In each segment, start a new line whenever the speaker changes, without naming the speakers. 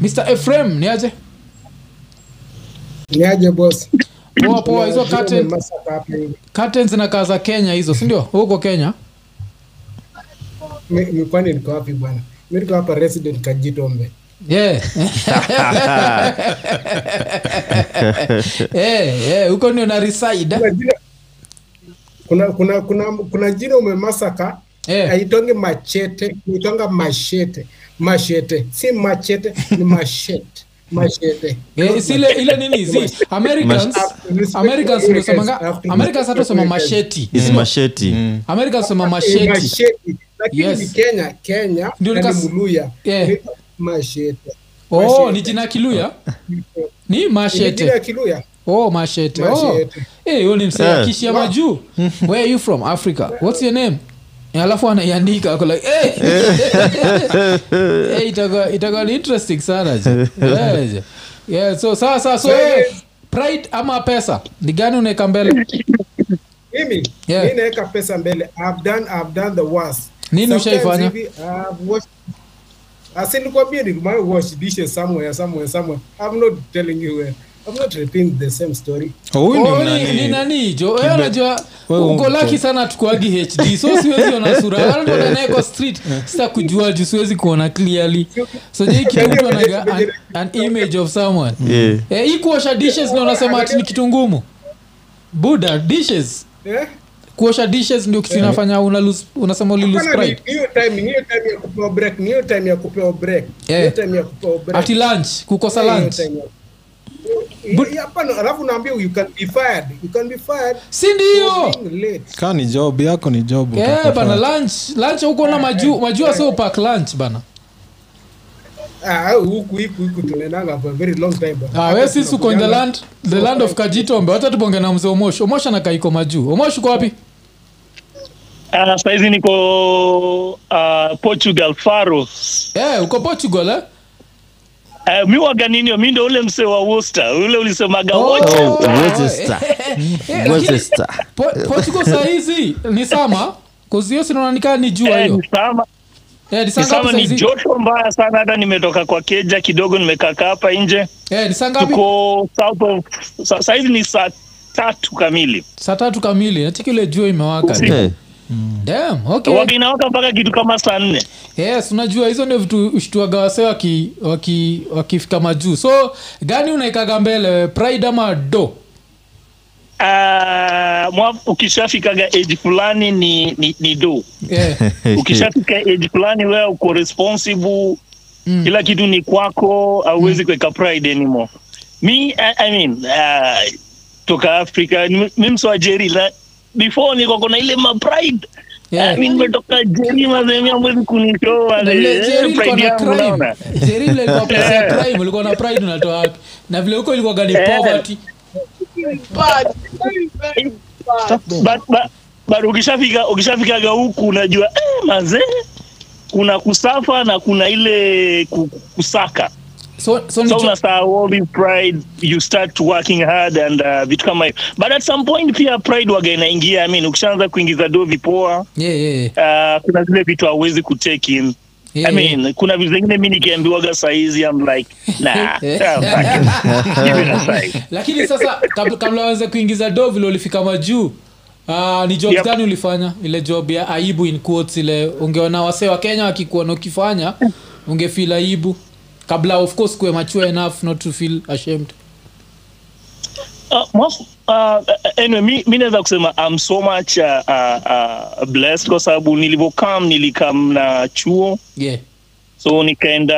mr efrem niaje
niaje bosi
poa poa hizo
Kuna
curtain-
Jerome Masaka hapa hivi.
curtains zinakaa za kenya hizo sindio huko kenya
Mi- mi- kwani niko wapi bwana mi niko hapa resident kajitombe
yeah. yeah, yeah. Eh, huko ndio na reside
kuna jina kuna kuna kuna, kuna jina umemasaka
Eh.
aitonge machete uitonga mashete mashete si machete ni mashete mashete
Eh, si ile ile nini zi americans
Mas-
americans unasemanga
Africans.
americans hata usema
Africans.
masheti
hizi masheti
americans usema
Eh,
masheti
mashete lakini
Yes.
ni kenya kenya
Ndio
na ni
nikas-
muluya
Eh.
Ni mashete
oh
Mashete.
ni jina kiluya
Ni
ni
jina ya
mashete
kiluya
oh mashete oh
Mashete.
eh hiyo ni msee
Yeah.
akishi ama juu where are you from africa what's your name Eh, alafu anaiandika ako like eh Eh, itakuwa itakuwa ni interesting sana je yeah, je. yeah so sawa sawa so eh, pride ama pesa ni gani unaweka mbele
mimi
Yeah.
mi naweka pesa mbele I've done, I've done the worst.
Nini
Sometimes
ushaifanya?
hivi, I've washed- Ah, Asi nikwambie niliwahi wash dishes somewhere, somewhere, somewhere. I'm not telling you where. I'm not repeating the same story.
huyu ndio
Oh, ni- ni
nani?
nani jo Eh, unajua
Wewe
uko
uko-
laki sana tukuagi hd so siwezi ona sura anatodaneko street sita kujua juu siwezi kuona clearly so je kitu anaga an, an image of someone
Yeah.
eh, hii kuosha dishes na unasema ati ni kitu ngumu buda dishes
Eh?
kuosha dishes ndio kitu inafanya una lose, unasema uli lose
Hapana, ni-
pride
ni hiyo time- ni hiyo time ya kupewa break, ni hiyo time ya kupewa break. Ni hiyo
Eh.
time ya kupewa break.
ati lunch kukosa
Hiyo
lunch
time ya- Eh, hapana, alafu naambia you can be fired. You can be fired
si
for
ndio
being late.
kaa ni job yako ni job
Eh,
utapata.
bana lunch lunch huko
Eh,
na majuu majua sio pack lunch bana
Ah, huku- huku- huku tunaendanga for a very long time.
Ah, we sisi uko in the land the land of kajitombe wacha tubonge na mzee omosh omosh anakaa iko majuu omosh uko wapi
Ah, saizi niko ah, portugal faro
eh uko portugal eh?
uh, mi waganinio mi ndo ule msee wa Worcester ule ulisemaga
Oh,
wote
Oh,
eh,
Worcester.
eh, lakini
Worcester.
Po- portugal saa hizi ni sama kuzio sinaonanikaa ni jua
Eh,
hiyo
ni sama-
Eh, ni
ni
saa ngapi
sama
saa
ni
hizi?
joto mbaya sana hata nimetoka kwa keja kidogo nimekaka hapa nje
Eh, ni saa ngapi
tuko south of sa- saizi ni saa tatu kamili
saa tatu kamili nachiki ile jua imewaka
Usiku.
Eh,
Damn, okay.
waga inawaka mpaka kitu kama saa nne
yes unajua hizo ndio vitu ushtuaga wase waki, waki, wakifika majuu so gani unaikaga mbele wewe, pride ama do
Ah, mwa- ukishafikaga age fulani ni, ni, ni do
yeah.
Eh,
ukishafika age fulani wewe uko responsible mm. kila kitu ni kwako auwezi mm. kuweka pride anymore mi I, I mean, uh, toka africa ni- mi msoa jeri la before niko kuna ile ma pride
Yeah.
I mean, nimetoka jeri mazemi amwezi kunishoa
Na vile Jerry ilikuwa na crime.
Eh, unaona
Jerry ile ilikuwa pesa ya crime, ulikuwa na pride unatoa wapi na vile huko ilikuwa gani
Eh.
poverty
but, but, but ukishafika ukishafikaga huku unajua eh, mazee kuna kusafa na kuna ile ku- kusaka
so so
so
ni
unasahau all this pride you start working hard and uh, vitu kama hivyo but at some point pia pride waga inaingia I mean, ukishaanza kuingiza do vipoa
yeah yeah yeah.
uh, kuna zile vitu hauwezi kutake in
Yeah,
I mean, kuna vitu zingine mi nikiambiwaga saizi am like nah, ah, fuck it. Give it aside.
lakini sasa kabla, kabla wanze kuingiza do vile ulifika majuu Uh, ni job
Yep.
gani ulifanya ile job ya aibu in quotes ile ungeona wasee wa kenya wakikuona ukifanya ungefeel aibu kabla of course kuwe mature enough not to feel ashamed
Uh, most, uh, anyway, mi, mi naweza kusema I'm so much uh, uh, uh, blessed kwa sababu nilivyokam nilikam na chuo
yeah
so nikaenda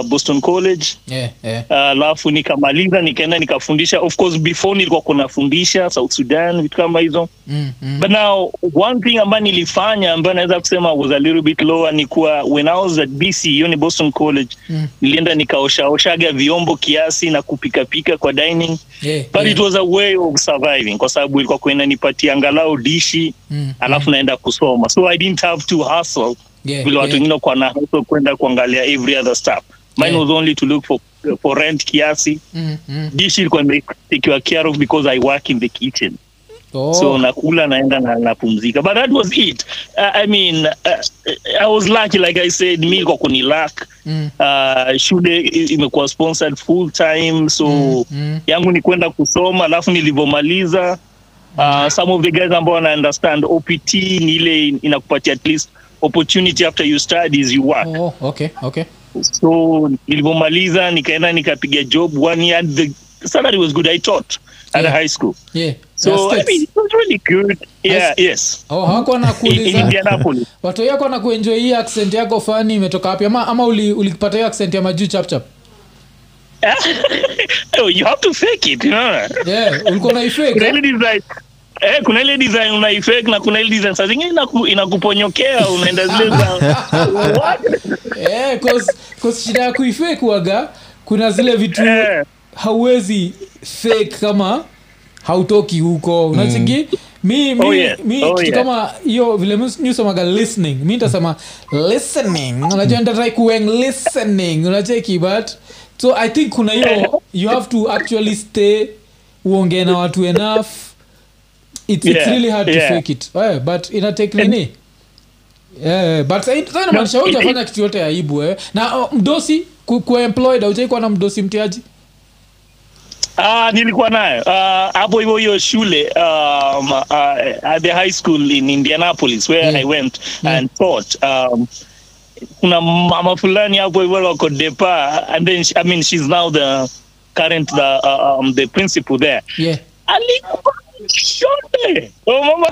uh, Boston College
yeah yeah
Ah, alafu nikamaliza nikaenda nikafundisha of course before nilikuwa kunafundisha south sudan vitu kama hizo
mm, mm.
but now one thing ambayo nilifanya ambayo naweza kusema was a little bit lower ni kuwa when i was at bc hiyo ni boston college
Mm.
nilienda nikaoshaoshaga vyombo kiasi na kupikapika kwa dining
yeah
but
yeah.
it was a way of surviving kwa sababu ilikuwa kuenda nipatia angalau dishi
Mm,
alafu naenda kusoma so i didn't have to hustle
yeah,
vile watu
yeah.
wengine kwa na hustle kwenda kuangalia every other stuff mine
Yeah.
was only to look for, for rent kiasi
Mm, mm.
dishi ilikuwa imetekiwa care of because i work in the kitchen
Oh.
so nakula naenda na napumzika but that was it uh, i mean uh, i was lucky like i said mi kwa kuni luck
Mm.
uh, shule i- imekuwa sponsored full time so mm,
mm.
yangu ni kwenda kusoma alafu nilivyomaliza
Mm.
uh, some of the guys ambao wana understand opt ni ile in- inakupatia at least opportunity after you studies you work
Oh, okay okay
so nilivyomaliza nikaenda nikapiga job one year the salary was good i taught at
Yeah.
a high school
yeah
so
Yeah,
I
states.
mean, it was really good yeah
Yes.
yes
oh, hawakuwa
in, in
nakuuliza
indianapolis
watu yako na kuenjoy hii accent yako fani imetoka wapi ama, ama uli- ulipata hiyo accent ya majuu chapchap
oh, you have to fake it you know?
yeah ulikuwa
kuna
naifake
ile design Eh, kuna ile design unaifake na kuna ile design saa zingine inaku, inakuponyokea unaenda zile za What?
eh, cause, cause shida ya kuifake waga kuna zile vitu
Eh,
hauwezi fake kama hautoki huko unachingi mi, mi,
Oh, yeah.
mi
Oh,
kitu
yeah.
kama hiyo vile nisemaga listening mi nitasema listening unajua nitatrai kueng listening unacheki but so i think kuna hiyo you have to actually stay uongee na watu enough it's, it's
Yeah,
really hard
yeah.
to fake it yeah, but ina take nini yeah, Eh, but sa- sa inamaanisha wewe hujafanya kitu yote aibu wewe na oh, mdosi ku, ku employed haujaikuwa na mdosi mtiaji
ah, nilikuwa nayo Ah, hapo hivyo hiyo shule um, uh, at the high school in indianapolis where
Mm.
i went and taught um, kuna mama fulani hapo hivyo wako depa and then she, i mean she's now the current the, uh, um, the principal there
yeah
alikuwa shonde oh, mama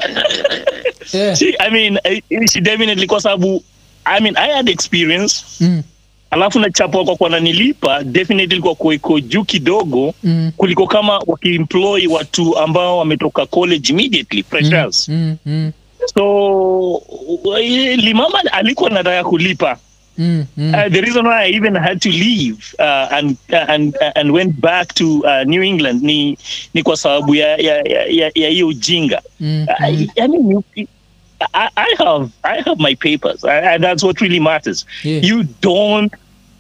yeah
she, I mean, I- she definitely kwa sababu I mean, I had experience
mm.
alafu na chapo kwa kwa nanilipa definitely kwa kwa iko juu kidogo
Mm.
kuliko kama wakiemploy watu ambao wametoka college immediately freshers
Mm, mm,
so eh, limama alikuwa nataka kulipa
mm, mm.
uh, the reason why I even had to leave uh, and and uh, and went back to uh, New England ni ni kwa sababu ya ya ya- ya ya hiyo ujinga.
Mm,
I, I mean you, I, I have I have my papers. I, I, that's what really matters.
Yeah.
You don't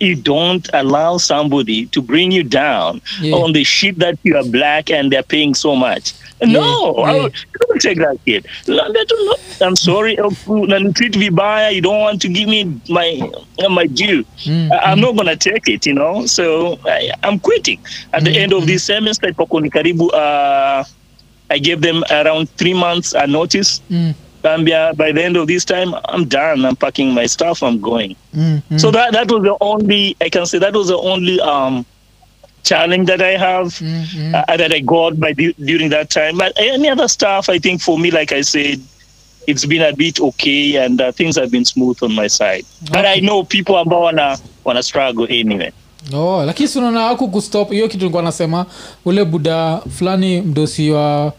you don't allow somebody to bring you down
Yeah.
on the shit that you are black and they're paying so much. No,
Yeah,
I
yeah.
will- don't take that kid. No, they do not. I'm sorry, and treat me by. You don't want to give me my my due.
Mm,
I- I'm not gonna take it, you know. So I, I'm quitting. At
Mm-hmm.
the end of this semester, ipoko ni karibu. Uh, I gave them around three months a notice.
mm,
Gambia, by the end of this time, I'm done. I'm packing my stuff. I'm going.
mm, mm.
So that that was the only I can say that was the only um challenge that I have
Mm, mm.
uh, that I got by du- during that time. But any other stuff, I think for me, like I said, it's been a bit okay, and uh, things have been smooth on my side. But I know people are wanna wanna struggle anyway.
Oh, lakini si unaona haku kustop hiyo kitu nilikuwa nasema ule buda fulani mdosi wa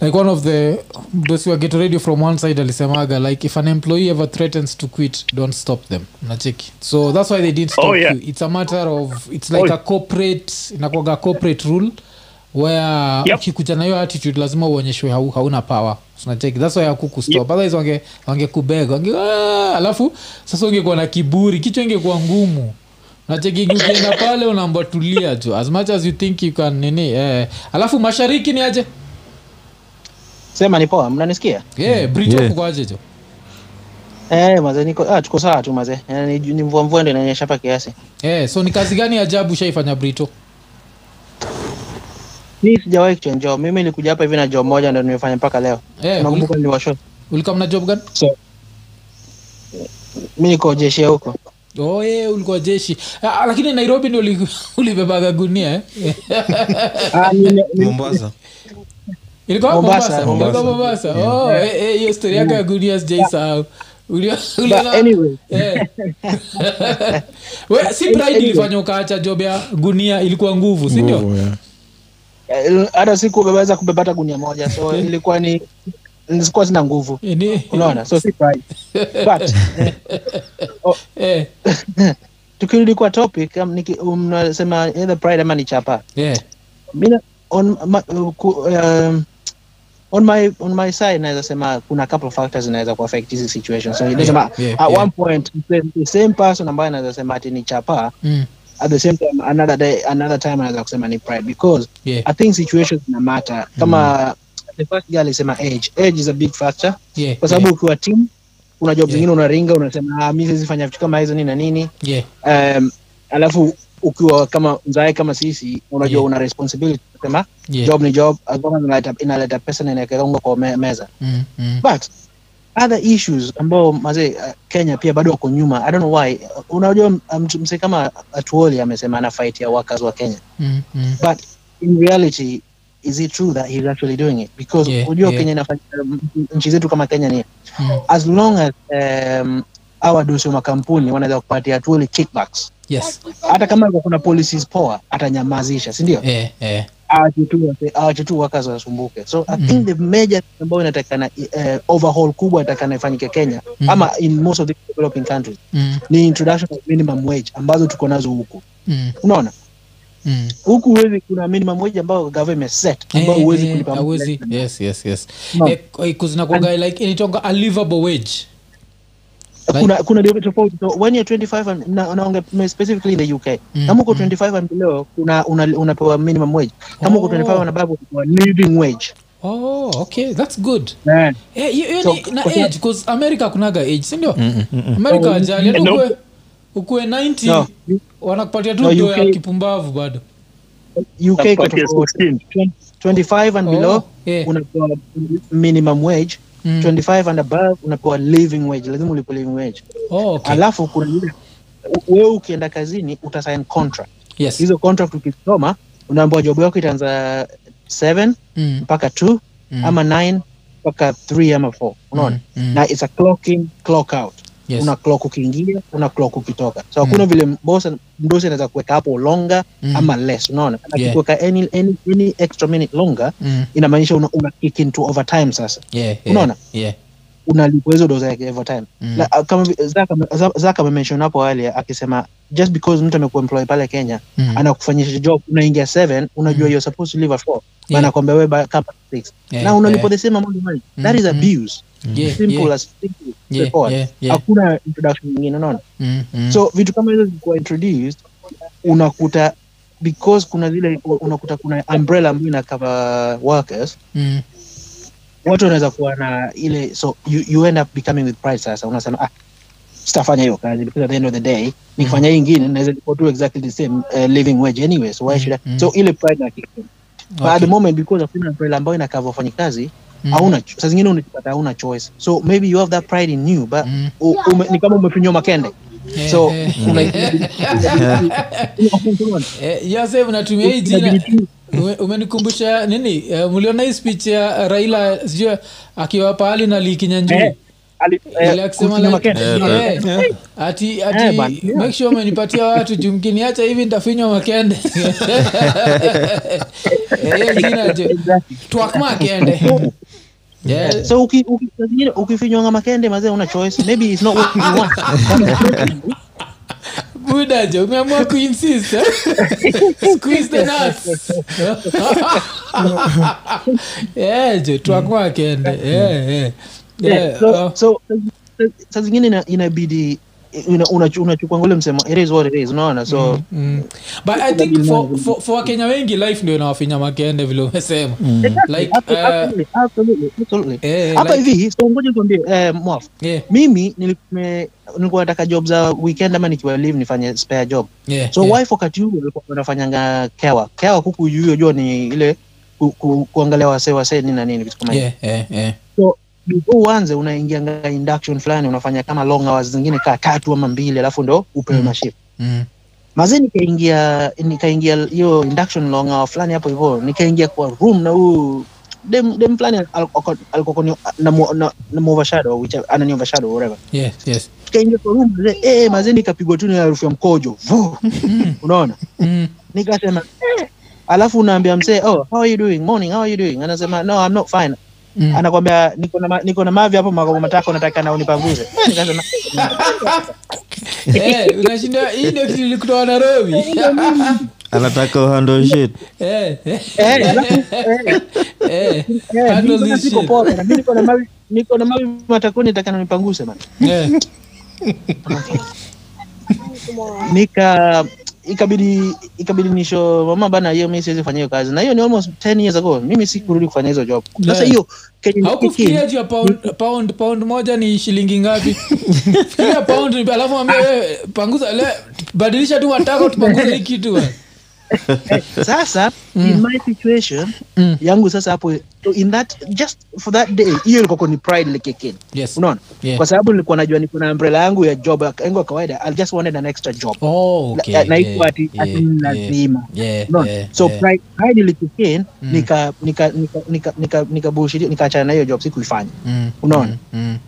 like one of the mdosi wa geto radio from one side alisemaga like if an employee ever threatens to quit don't stop them nacheki so that's why they didn't stop
Oh, yeah.
you it's a matter of it's like
Oh.
a corporate inakuaga corporate rule where
Yep.
ukikuja na hiyo attitude lazima uonyeshwe hau, hauna power unacheki that's why hakukustop yep. otherwise wange wangekubega wange, "Ah!" alafu sasa ungekuwa na kiburi kichwa ingekuwa ngumu nacheki ukienda pale unaambwa tulia tu as much as you think you can nini eh. alafu mashariki ni aje
sema ni poa mnanisikia
yeah, bridge
Yeah.
yeah. aje jo
eh, maze niko ah, tuko sawa tu maze Eh, ni, ni mvua mvua ndo inanyesha hapa kiasi
Eh, so ni kazi gani ajabu shaifanya brito
mi sijawahi kuchenjo mimi nilikuja hapa hivi na job moja ndo nimefanya mpaka leo
Eh,
nakumbuka niliwasho
ulikuwa mna job gani
mi niko jeshi ya huko
oh, eh, ulikuwa jeshi ah, ah, lakini nairobi ndio uli- ulibebaga gunia eh?
Ah, nime- nime-
mombasa
ilikuwa
Mombasa, Mm.
mombasa Ilikuwa mombasa Oh, eh, eh, hiyo story yako ya gunia sijaisahau Ulio-
but
uliona-
anyway,
Eh. We, si pride ilifanya ukaacha job ya gunia ilikuwa nguvu sindio
Nguvu, yeah.
eh, hata sikubebaweza kubeba hata gunia moja so ilikuwa ni sikuwa sina nguvu
Eh, ni-
unaona so si pride. but eh,
eh,
tukirudi kwa topic um, niki- um, mnasema either pride ama ni chapa
eh,
mina on my, ku- um, on my on my side naweza sema kuna couple factors zinaweza kuaffect hizi situation so yeah, sema,
yeah,
at
yeah.
one point the, the same person ambaye anaweza sema ati ni chapa
mm,
at the same time another day another time anaweza kusema ni pride because
yeah, Mm.
i think situations na matter kama the first guy alisema age age is a big factor
Yeah,
kwa sababu
yeah,
ukiwa team kuna job
Yeah.
zingine unaringa unasema ah, mi siwezi fanya vitu kama hizo nini na nini
yeah,
um, alafu ukiwa kama mzae kama sisi unajua
Yeah.
una responsibility unasema
yeah.
job ni job as long as inaleta, inaleta pesa na inakelonga kwa me, meza
Mm, mm.
but other issues ambao mazee uh, kenya pia bado wako nyuma i don't know why unajua um, mse kama atuoli amesema ana fight ya workers wa kenya
Mm, mm.
but in reality is it true that he's actually doing it because
Yeah,
unajua
yeah.
kenya inafanya nchi zetu kama kenya ni
Mm.
as long as um, awa dosi wa makampuni wanaweza kupatia tuoli kickbacks
Yes.
hata kama yuko kuna policies poa atanyamazisha sindio
Eh, eh.
awache tu wase- awache tu wakas wasumbuke so i
Mm.
think the major thing ambayo inatakana uh, overhaul kubwa inatakana ifanyike kenya
Mm.
ama in most of the developing countries
Mm,
ni introduction of minimum wage ambazo tuko nazo huku
mm,
unaona
mm.
huku huwezi kuna minimum wage ambayo government set ambayo
Eh,
huwezi
eh,
kulipa mtu.
hauwezi. yes yes yes
No.
Eh, eh, 'cause inakuwaga like inaitwanga a livable wage
kuna kuna degree tofauti so when you're 25 and na, naonge me- specifically in the UK
Mm,
kama uko
mm.
25 and below kuna una, unapewa minimum wage kama uko
Oh.
25 na babu unapewa living wage
oh okay that's good Eh, hiyo- hiyo
So,
ni- na
kwa sababu-
age 'cause america kunaga age sindio
Mm,
Oh,
america ajali hata
no.
ukue- ukue 90
No.
wanakupatia tu
No,
doo ya
UK.
kipumbavu bado
UK iko
Nakupatia
tofauti
16.
25 and
Oh,
below
yeah.
unapewa minimum wage
Mm.
25 and above unapewa living wage lazima ulipe living wage
oh, okay.
alafu kuna ile- wewe ukienda kazini utasign contract
yes.
hizo contract ukisoma unaambiwa job yako itaanza 7
Mm,
mpaka 2
mm,
ama 9 mpaka 3 ama 4 unaona
Mm, mm.
na it's a clock in clock out
yes.
una clock ukiingia una clock ukitoka so hakuna vile boss mdosi anaweza kuweka hapo longer
Mm.
ama less unaona
Yeah.
akikuweka any, any, any extra minute longer
Mm,
inamaanisha una, una kick into overtime sasa
yeah, yeah,
Unaona?
yeah.
unalipwa hizo doza yake overtime
Mm.
La- uh, kama vi- Zaka ame- Za- Zaka amemention hapo awali akisema just because mtu amekuwa employ pale Kenya
Mm.
anakufanyisha job unaingia 7 unajua you're supposed to leave at 4 na
Yeah.
anakuambia wewe ba- kama 6
Yeah,
na unalipwa
yeah.
the same amount of money
Mm,
that is
mm.
abuse
Yeah,
simple
yeah.
as simple
Yeah,
straightforward.
yeah, yeah.
hakuna introduction nyingine unaona
Mm, mm.
so vitu kama hizo zilikuwa introduced unakuta because kuna zile unakuta kuna umbrella ambayo ina cover workers
Mm,
watu wanaweza kuwa na ile so you, you end up becoming with pride sasa unasema ah sitafanya hiyo kazi because at the end of the day nikifanya
Mm-hmm.
hii ingine naweza niko do exactly the same uh, living wage anyway so why should I
Mm, mm.
so ile pride na kick in. but at the
okay.
moment because hakuna umbrella ambayo ina cover wafanyikazi
Mm.
hauna cho- saa zingine unajipata hauna choice so maybe you have that pride in you but
Mm.
u- ume, ni kama umefinywa makende
Eh,
so
eh.
una-
Eh, ya sasa hivi natumia hii jina Ume- umenikumbusha nini Eh, mliona hii speech ya raila sijui akiwa pahali na likinyanjuri
Eh, ali- eh,
Ile akisema
kufinywa
like-
makende.
Eh,
Yeah.
eh, ati ati
Eh, bana.
make sure umenipatia watu juu mkiniacha hivi nitafinywa makende Eh, hiyo ingine ati,
Exactly.
twak makende Yeah.
so uki- uki- saa zingine ukifinywanga makende mazee una choice maybe it's not what you want
buda jo umeamua kuinsist eh? Squeeze the nuts. Eh, jo twak makende Eh, eh.
Yeah,
Eh,
so,
oh,
so sa- saa zingine ina- inabidi ina- unachu- unachukua ngule msema it is what it is unaona so
mm. but i think for, for, for wakenya wengi life ndio inawafinya makende vile umesema like
Abso-
uh,
absolutely, absolutely, absolutely.
eh,
hapa
like-
hivi so ngoja tuambie eh, mwaf
yeah,
mimi nilikuwa nilikuwa nataka job za weekend ama nikiwa live nifanye spare job
yeah,
so
yeah.
wife wakati huo alikuwa anafanyanga kewa kewa huku hiyo jua ni ile ku, ku, kuangalia wasee wasee nini na nini vitu kama hivyo.
Yeah, yeah, yeah.
so before uanze unaingianga induction fulani unafanya kama long hours zingine kaa tatu ama mbili alafu ndo upewe
Mm.
mashift
Mm.
mazee nikaingia nikaingia hiyo induction long hour fulani hapo hivyo nikaingia kwa room na huyu dem dem fulani alikuwa na overshadow which anani overshadow whatever
Yes, yes.
tukaingia kwa room mazee eh mazee nikapigwa tu na harufu ya mkojo Vuh! unaona
Mm.
nikasema eh. alafu unaambia mzee oh how are you doing morning how are you doing anasema no i'm not fine
Mm.
anakwambia niko na ma- niko na mavi hapo makopo matako nataka na unipanguze Eh, nikasema
Eh, unashinda hii ndio kitu ilikutoa nairobi
anataka
Mm.
uhandle shit
Eh, eh,
eh alafu eh,
eh.
eh,
Handle
niko na
this
siko
shit.
poa bana, mimi niko na mavi niko na mavi matako nataka na unipanguze bana
Eh,
nika ikabidi ikabidi nisho mama bana hiyo mimi siwezi fanya hiyo kazi na hiyo ni almost 10 years ago mimi sikurudi kufanya hizo job sasa
Yeah.
hiyo kenye
Eh. haukufikiria juu ya pound, pound, pound moja ni shilingi ngapi fikiria pound ni- alafu ambia wewe panguza le, badilisha tu wataka tupunguze hii kitu we."
sasa in my situation
Mm.
yangu sasa hapo so in that just for that day hiyo ilikuwa kwa ni pride likikini
yes.
unaona
Yeah.
kwa sababu nilikuwa najua niko na umbrella yangu ya job yangu ya kawaida i just wanted an extra job
oh, okay.
na- na iko
yeah,
ati ati
yeah,
lazima
yeah,
Unaona?
yeah,
so
yeah.
pride pride ilikikin
Mm.
nika nika nika nika nika nikabullshit nikaachana na hiyo job sikuifanya
Mm,
unaona?
mm,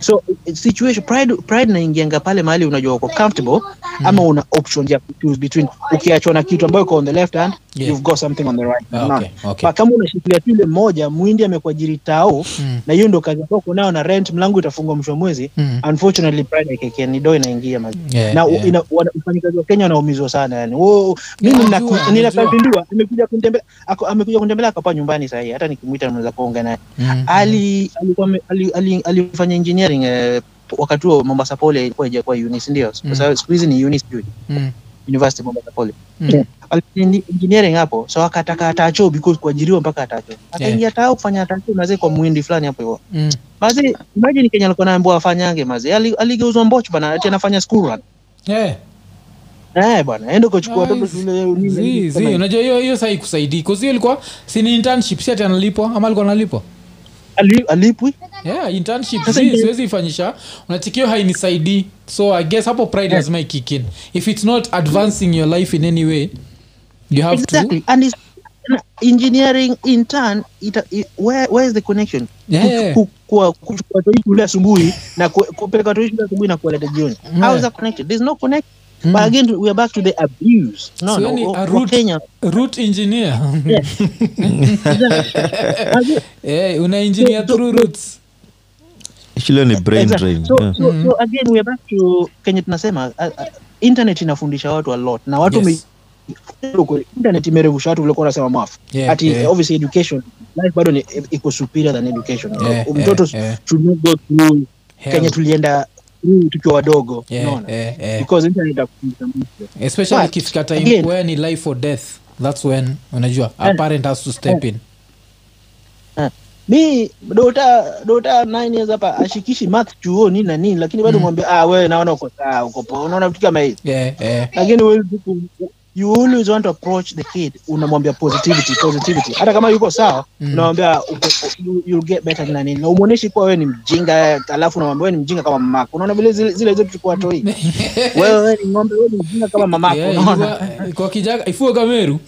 so situation pride pride naingianga pale mahali unajua uko comfortable ama una option ya choose between ukiachwa na kitu ambayo iko on the left hand
Yeah.
you've got something on the right
Ah,
Unaona?
okay, okay.
But kama unashikilia tu ile moja mwindi amekuajiri tao
Mm.
na hiyo ndo kazi ambayo uko nayo na rent mlango itafungwa mwisho wa mwezi
Mm.
unfortunately pride ikekeni do inaingia mazi
Yeah,
na
yeah.
ina- wana- wafanyikazi wa Kenya wanaumizwa sana yani. Wo, mimi
Najua,
nina-
najua.
ninakazindua amekuja kunitembelea ako- amekuja kunitembelea akapa nyumbani sahi hata nikimuita naweza kuongea naye.
Mm.
Ali alikuwa ame- ali- ali- alifanya engineering eh, wakati huo Mombasa Poly ilikuwa haijakuwa UNIS ndio. Kwa
Mm.
sababu siku hizi ni UNIS tu,
Mm.
University Mombasa Poly.
Mm.
Alifanya en- engineering hapo so akataka atacho because kuajiriwa mpaka atacho. Akaingia tao kufanya atacho mazee kwa mwindi fulani hapo hivyo.
Mm.
Mazee imagine Kenya alikuwa anaambiwa afanyange mazee. Ali- Aligeuzwa mbocho bana ati anafanya school run.
Yeah.
Eh, bwana ende kuchukua
Ah,
watoto
hizi-
shule nini,
Zii,
nini,
zii,
kama-
unajua hiyo hiyo saa ikusaidii kazio ilikuwa sini internship si ati analipwa ama alikuwa analipwa
Ali- alipwi
yeah, internship si, siwezi ifanyisha unatikio hainisaidii so i guess hapo pride lazima ikikin if it's not advancing your life in any way you have
exactly and it's, na- engineering in turn ita, i, where, where is the connection
Yeah.
Ku- ku- ku- kuchukua watu hii shule asubuhi na ku- kupeleka watu hii shule asubuhi na kuwaleta jioni how is that connected there's no connection but again we are back to the abuse
to
no
so
no
yani,
wa-
a
wa
root,
Kenya
root engineer
Again,
yeah, Eh, una engineer
So- so-
through roots
shule ni brain
exactly.
drain
so,
yeah.
so, so again we are back to Kenya tunasema uh, uh, internet inafundisha watu a lot na watu
Yes.
wame- kweli, internet imerevusha watu vilikuwa wanasema mafu
Yeah,
ati
yeah.
obviously education life bado ni eh, iko superior than education
Yeah,
mtoto
yeah, yeah.
should not go through
Hell.
Kenya tulienda through tukiwa wadogo
Yeah,
unaona?
yeah, yeah.
because internet hakufundisha mtu.
especially
But,
ikifika time
again-
where ni life or death that's when unajua a
Yeah.
parent has to step in
Ah. mi dota dota nine years hapa ashikishi math chuoni na nini lakini
Mm.
bado mwambie ah wewe naona uko sawa uko poa unaona vitu kama hivi
yeah, eh. yeah.
lakini huwezi ku- you always want to approach the kid unamwambia positivity positivity hata kama yuko sawa
Mm.
unamwambia uko- you- you'll get better na nini na umwonyeshi kuwa wewe ni mjinga alafu unamwambia wewe ni mjinga kama mamako unaona vile zile zile zetu chukua toi wewe wewe ni ng'ombe wewe ni mjinga kama mamako
Yeah,
unaona
ilikuwa- kwa kijaga ifuo kameru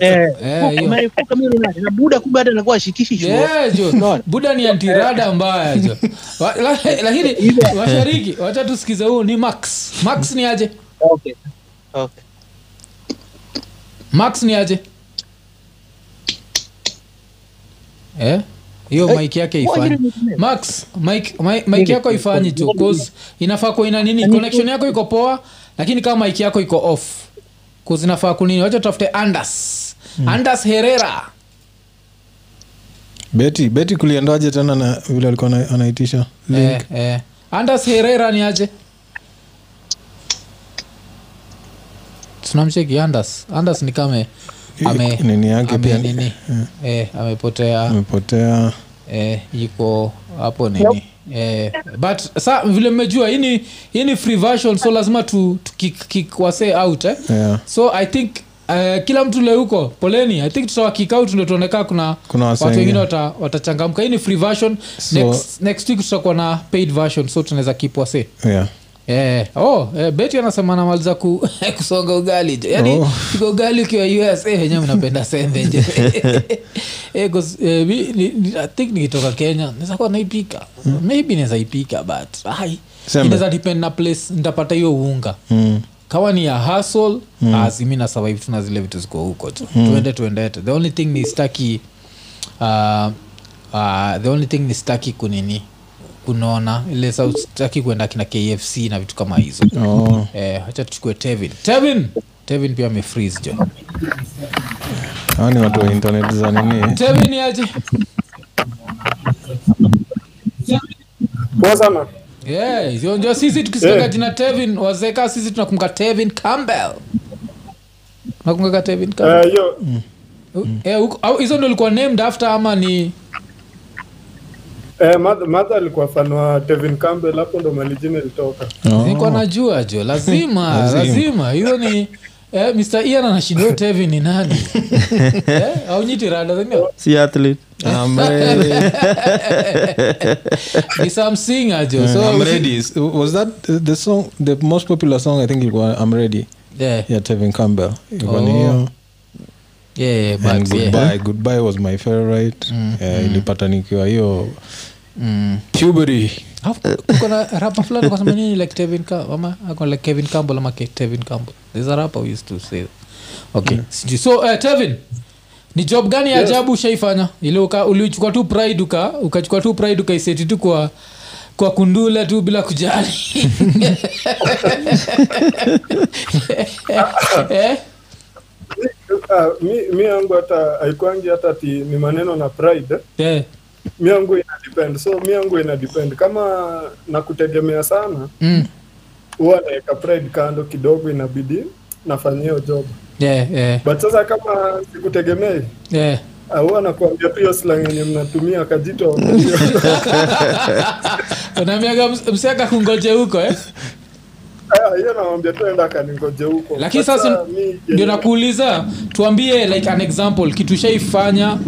eh
Eh, hiyo.
umeifuka mimi na na buda kumbe hata anakuwa shikishi chuo
Yeah, jo.
Unaona?
buda ni antirada mbaya jo Wa- la- lakini washariki wacha tusikize huu ni max max ni aje
okay okay
max ni aje Eh? hiyo mike yake ifanyi max mike mi- mike yako ifanyi tu cause inafaa kuwa ina nini connection yako iko poa lakini kama mike yako iko off cause inafaa kunini wacha tutafute andas andas herera
beti beti kuliendaje tena na vile alikuwa ana- anaitisha
eh, eh. andas herera ni aje tunamcheki andas andas ni kame ame-
nini yake
ame
pia
nini eh, amepotea
amepotea
eh, yuko hapo nini eh, but sa vile mmejua hii ni- hii ni free version so lazima tu, tu kick, kick wase out eh?
Yeah.
so i think Uh, kila mtu le huko poleni i think tutawakikau ndio tuoneka kuna,
Kuna wase
watu wengine
wengine.
wata- watachangamka hii ni free version
So-
next, next week tutakuwa na paid version so tunaweza keep wase
yeah.
Eh, oh, eh, beti anasema anamaliza ku, kusonga ugali jo yani
Oh.
piga ugali ukiwa us eh, wenyewe mnapenda sembe jo eh, 'cause, eh, mi- ni- ni- I think nikitoka kenya naweza kuwa naipika maybe naweza ipika but ai
Hmm. Sembe.
inaweza depend na place nitapata hiyo unga
mm.
kama ni ya hasl mm. azimi na survive tuna zile vitu ziko huko tu tuende tuendete the only thing ni staki uh, uh, the only thing ni staki kunini kunaona ile sa- staki kuenda kina kfc na vitu kama hizo
oh.
eh, hacha tuchukue tevin tevin tevin pia amefreeze jo
hawa ni watu wa internet za nini
tevin ni aje
Poa sana.
Yeah, hizo ndio sisi
Eh.
tukisitaga jina tevin wazeka sisi tunakumbuka tevin campbell nakumbuka Mm. tevin campbell
Eh, yo,
Eh, huko- au hizo ndo ilikuwa named after ama ni
eh, Martha- Martha alikuwa fan wa Tevin Campbell, hapo ndo mali jina ilitoka.
nilikuwa najua jo lazima
Lazima.
lazima hizo ni eh, mr ian anashindwa huyo tevin ni nani eh, au nyitirada zenyewe
si athlete
ni some singer jo so
Mm, Eh, I'm ready. Is- Was that the song, the most popular song? I think ilikuwa I'm ready
yeah,
ya Tevin Campbell. Ilikuwa ni
Oh,
hiyo.
yeah, yeah, but,
And
yeah. Mm,
goodbye, goodbye was my favorite. Eh, ilipata nikiwa hiyo puberty.
Alafu kuko na rapa fulani kwa nini like Tevin Cam- ama ako like Kevin Campbell ama Ke- Tevin Campbell. There's a rapper who used to say. Okay. Sijui. So uh, Tevin ni job gani ya ajabu ushaifanya? Ile uka ulichukua tu pride uka ukachukua tu pride ukaiseti tu kwa kwa kundula tu bila kujali. eh?
Ah, mi- mi yangu hata haikwangi hata ti ni maneno na pride eh.
Eh.
mi yangu ina depend so mi yangu ina depend kama nakutegemea sana
Mm.
huwa naweka pride kando kidogo inabidi nafanyia hiyo job
Yeah, yeah.
but sasa kama sikutegemei
Yeah.
ah, huwa nakuambia tu hiyo slang yenye mnatumia kajito
Unaambiaga ms- msee akakungoje huko eh?
Ah, hiyo nawambia tu enda kaningoje huko
lakini
But ah,
sasa
mi-
ndio nakuuliza tuambie like an example kitu ushaifanya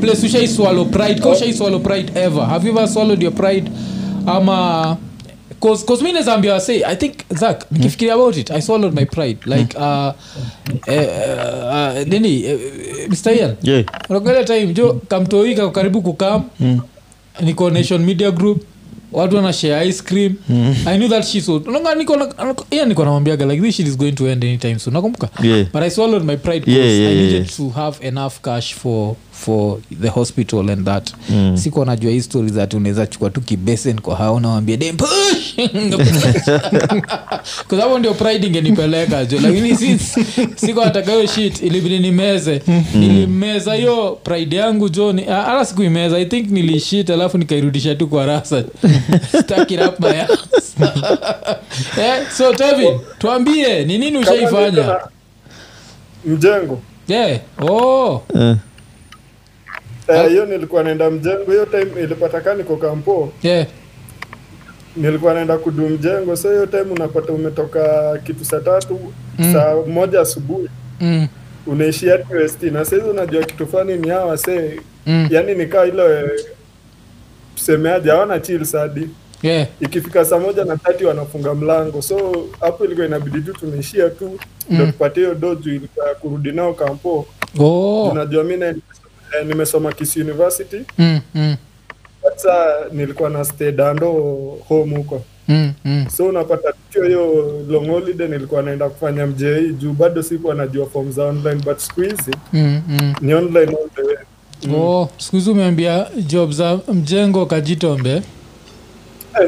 place ushaiswallow pride ka ushaiswallow pride ever have you ever swallowed your pride ama cause, cause mi naeza ambia wasee, i think zak nikifikiria about it i swallowed my pride like uh, eh, uh, nini eh, mr ian
Yeah.
Unakumbuka ile time jo kamtoi kako karibu kukam niko nation media group watu wanashare ice cream i knew that shit so unaona niko yeah niko namwambiaga like this shit is going to end anytime soon nakumbuka
Yeah.
but i swallowed my pride
Yeah,
because
yeah,
i
yeah,
needed
yeah.
to have enough cash for for the hospital and that mm. siko najua hii story za ati unaweza chukua tu kibesen kwa hao nawambia dem push kwa sababu ndio pride ingenipeleka jo lakini since siku atakayo shit ilibidi nimeze
Mm-hmm.
nilimeza hiyo pride yangu jo ni- ah, hata sikuimeza i think nilishit alafu nikairudisha tu kwa rasa Stuck it up my ass. Eh, so tevin tuambie ni nini
kama niko
ushaifanya
na mjengo
yeah. oh.
Eh.
Eh, hiyo nilikuwa naenda mjengo hiyo time ilipata kaa niko kampo
yeah.
nilikuwa naenda kudu mjengo so hiyo time unapata umetoka kitu saa tatu saa moja asubuhi
mm.
unaishia tu west na sahizi unajua kitu fani ni hawa se
Mm.
yani nikaa ile tusemeaje hawana chill sadi
yeah.
ikifika saa moja na tati wanafunga mlango so hapo ilikuwa inabidi tu tumeishia tu ndo tupate hiyo doju ilikuwa ya kurudi nao kampo
oh.
unajua mi nae- eh, nimesoma kisi university
mm, mm,
but saa nilikuwa na stay dando home huko
mm, mm.
so unapata tukio hiyo long holiday nilikuwa naenda kufanya mjei juu bado sikuwa najua form za online but siku hizi
Mm, mm.
ni online all the way Mm.
Oh, siku hizi umeambia job za mjengo kajitombe
eh,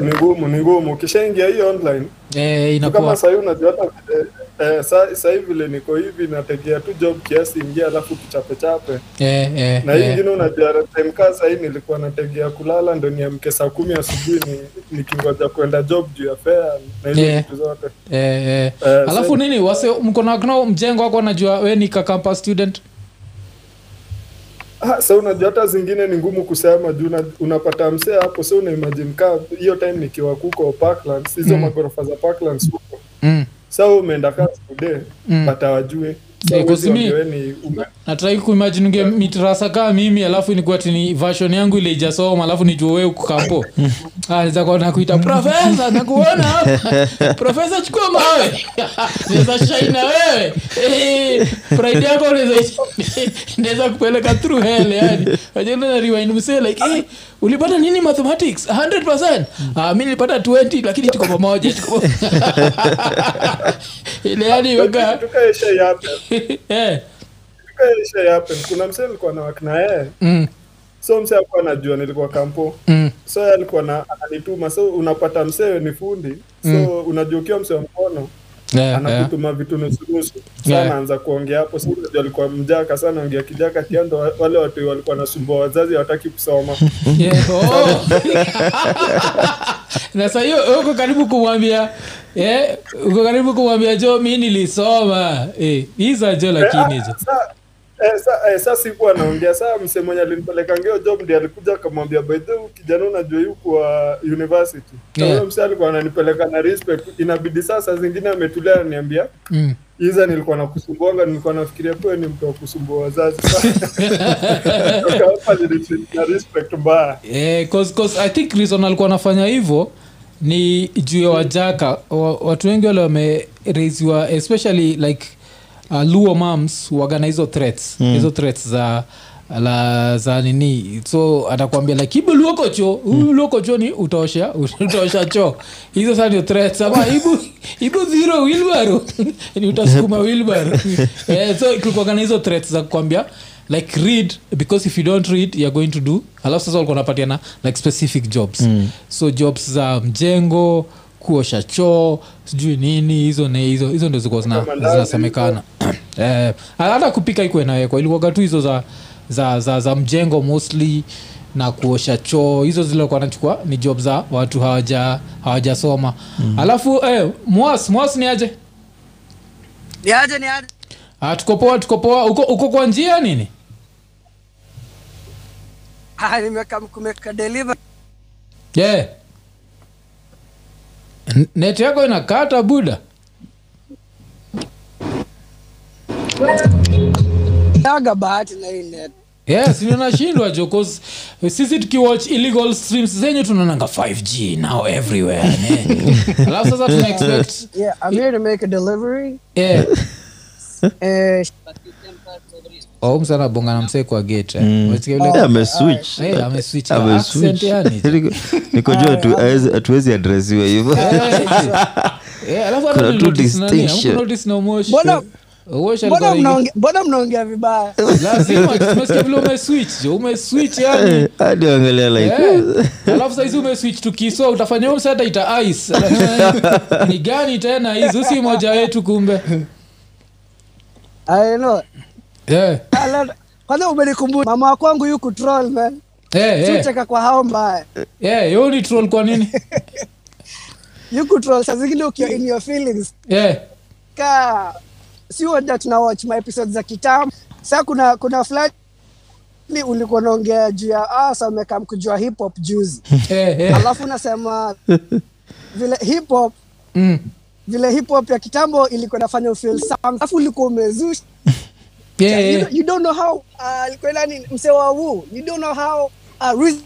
ni ngumu ni ngumu ukishaingia hii online tu
eh,
kama
inakuwa
sahii unajua hata vile eh, sa- sahii vile niko hivi nategea tu job kiasi ingia alafu kichapechape
eh, eh,
na hii
eh.
ingine unajua time kaa sahii nilikuwa nategea kulala ndo niamke saa kumi asubuhi ni- nikingoja kwenda job juu ya fea na hizo
Yeah.
vitu zote
Eh, eh.
Eh,
alafu
so-
nini wase mko na kuna mjengo wako anajua we ni kakampa student
Ah, so unajua hata zingine ni ngumu kusema juu una- unapata msee hapo so unaimagine kaa hiyo time nikiwa kuko Parklands hizo
Mm.
magorofa za Parklands huko
mm.
sa so, umeenda kaa skude
Mm.
but hawajue so
Eh,
huwezi
kusimi-
waambiwa ni ume-
natrai kuimajini unge mitrasa kaa mimi alafu nikuatini version yangu ile ijasoma alafu nijue we kukampo Ah, nakuita profesa nakuona hapa profesa chukua mawe naweza shaina wewe Eh, pride yako naweza- naweza kupeleka through hell yani wajana na rewind msee like eh, ulipata nini mathematics 100% ah, mi nilipata 20 lakini tuko pamoja tuko pa- ile yaani yani weka
Tuka isha happen.
eh,
Tuka isha happen. kuna msee nilikuwa na wak na yeye
mm,
so msee alikuwa anajua nilikuwa kampo
mm.
so yeye alikuwa na ananituma so unapata msee ni fundi so unajua ukiwa msee wa mkono
Mm. Yeah, yeah.
anakutuma vitu nusunusu
Yeah.
sana anza kuongea hapo sasa ndio alikuwa mjaka sana ongea kijaka tiando wa- wale watu walikuwa nasumbua wazazi hawataki kusoma
Yeah, oh. na saa hiyo uko karibu kumwambia eh, uko karibu kumwambia jo mi nilisoma eh, isa jo lakini jo
ah, Sa- eh, sa- eh, sa sikuwa naongea saa mse mwenye alinipeleka ngeo job ndi alikuja akamwambia by the way kijana unajua yuko wa university Na
Yeah.
huyo mse alikuwa ananipeleka na respect inabidi sasa zingine ametulia ananiambia
Mm.
iza nilikuwa nakusumbuanga nilikuwa nafikiria pia ni mtu wa kusumbua wazazi Akawapa nilitreat na respect mbaya
Eh, cause, cause i think reason alikuwa anafanya hivyo ni juu ya wajaka wa, watu wengi wale wamereisiwa especially like uh, luo mams wagana hizo threats mm. hizo threats za la za nini so atakwambia like ibu luoko cho huyu luoko cho ni utaosha utaosha cho hizo saa ndio threats ama ibu ibu zero wilbaro ni utasukuma wilbaro eh, so kulikuwaga na hizo threats za kukwambia like read because if you don't read youare going to do alafu sasa walikuwa wanapatiana like specific jobs mm. so jobs za mjengo kuosha choo sijui nini hizo ne hizo hizo ndo zilikuwa zina-
Mandazi,
zinasemekana eh, hata kupika ikuwa inawekwa ilikuwaga tu hizo za, za, za, za mjengo mostly na kuosha choo hizo zilikuwa nachukua ni job za watu hawaja hawajasoma mm. alafu eh, mwas mwas ni aje
niaje niaje
ah, tukopoa tukopoa uko, uko kwa njia nini
Ah, nimeka kumeka deliver
yeah. Eh. N- net yako inakata buda
daga bahati na hii net
yes inashindwa jo 'cause sisi tukiwatch illegal streams zenyu tunaonanga 5g now everywhere ne? alafu sasa tuna expect
yeah i'm here to make a delivery
yeah.
eh
oh, msana bonga na msee kwa gate eh. Unasikia ule-
Eh, ameswitch. Ah,
Eh, ameswitch. Accent
Ameswitch.
yani. Ah.
Niko- nikojua tu hawezi- hatuwezi adresiwe hivyo
Eh, alafu
Kuna
hata
two
nilinotice nani,
distinction.
hamkunotice na umoshi.
Mbona-
Umoshi alikuwa
mbona
ringi-
mnaongea mbona mnaongea vibaya
lazima tumesikia vile umeswitch jo umeswitch yani
Eh, hadi wangalia like
Eh, alafu saizi umeswitch tukisoa utafanya huyo msee hata ita ice ni gani tena hizo si moja yetu kumbe
i know
yeah.
I love- kwanza umenikumbusha mama wa kwangu yuko troll man
yeah, yeah.
tucheka kwa hao mbaya
yeah, yo ni eh, troll kwa nini
yuko troll saa zingine ukiwa in your feelings
yeah.
ka si wanda tuna watch my episodes za kitambo sa kuna kuna fulani ulikuwa naongea juu ya ah, sa umekam kujua hip hop juzi
Yeah, yeah.
alafu unasema vile hip hop
Mm.
vile hip hop ya kitambo ilikuwa inafanya ufeel something alafu ulikuwa umezusha
Yeah,
you,
yeah.
don't- you don't know how uh, alikuwa nani mse wa wu you don't know how uh, Riz-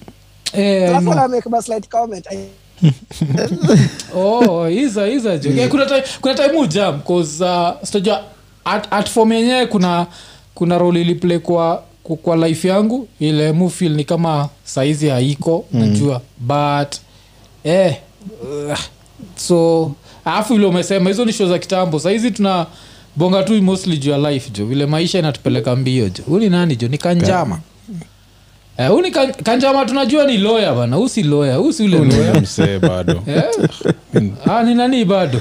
Eh, I
alafu
know.
ana make a slight comment I-
Oh, iza iza jo Eh, kuna time kuna time ujam cause uh, sitajua at, at form yenyewe kuna kuna role iliplay kwa ku- kwa life yangu ile mufil ni kama saizi haiko
Mm.
najua but eh, uh, so alafu vile umesema hizo ni show za kitambo saizi tuna bonga tu mostly juu ya life jo vile maisha inatupeleka mbio jo huu ni nani jo ni kanjama Eh, huu ni kan, kanjama tunajua ni lawyer bana huu si lawyer huu si ule lawyer Eh?
msee bado
Ah, ni nani bado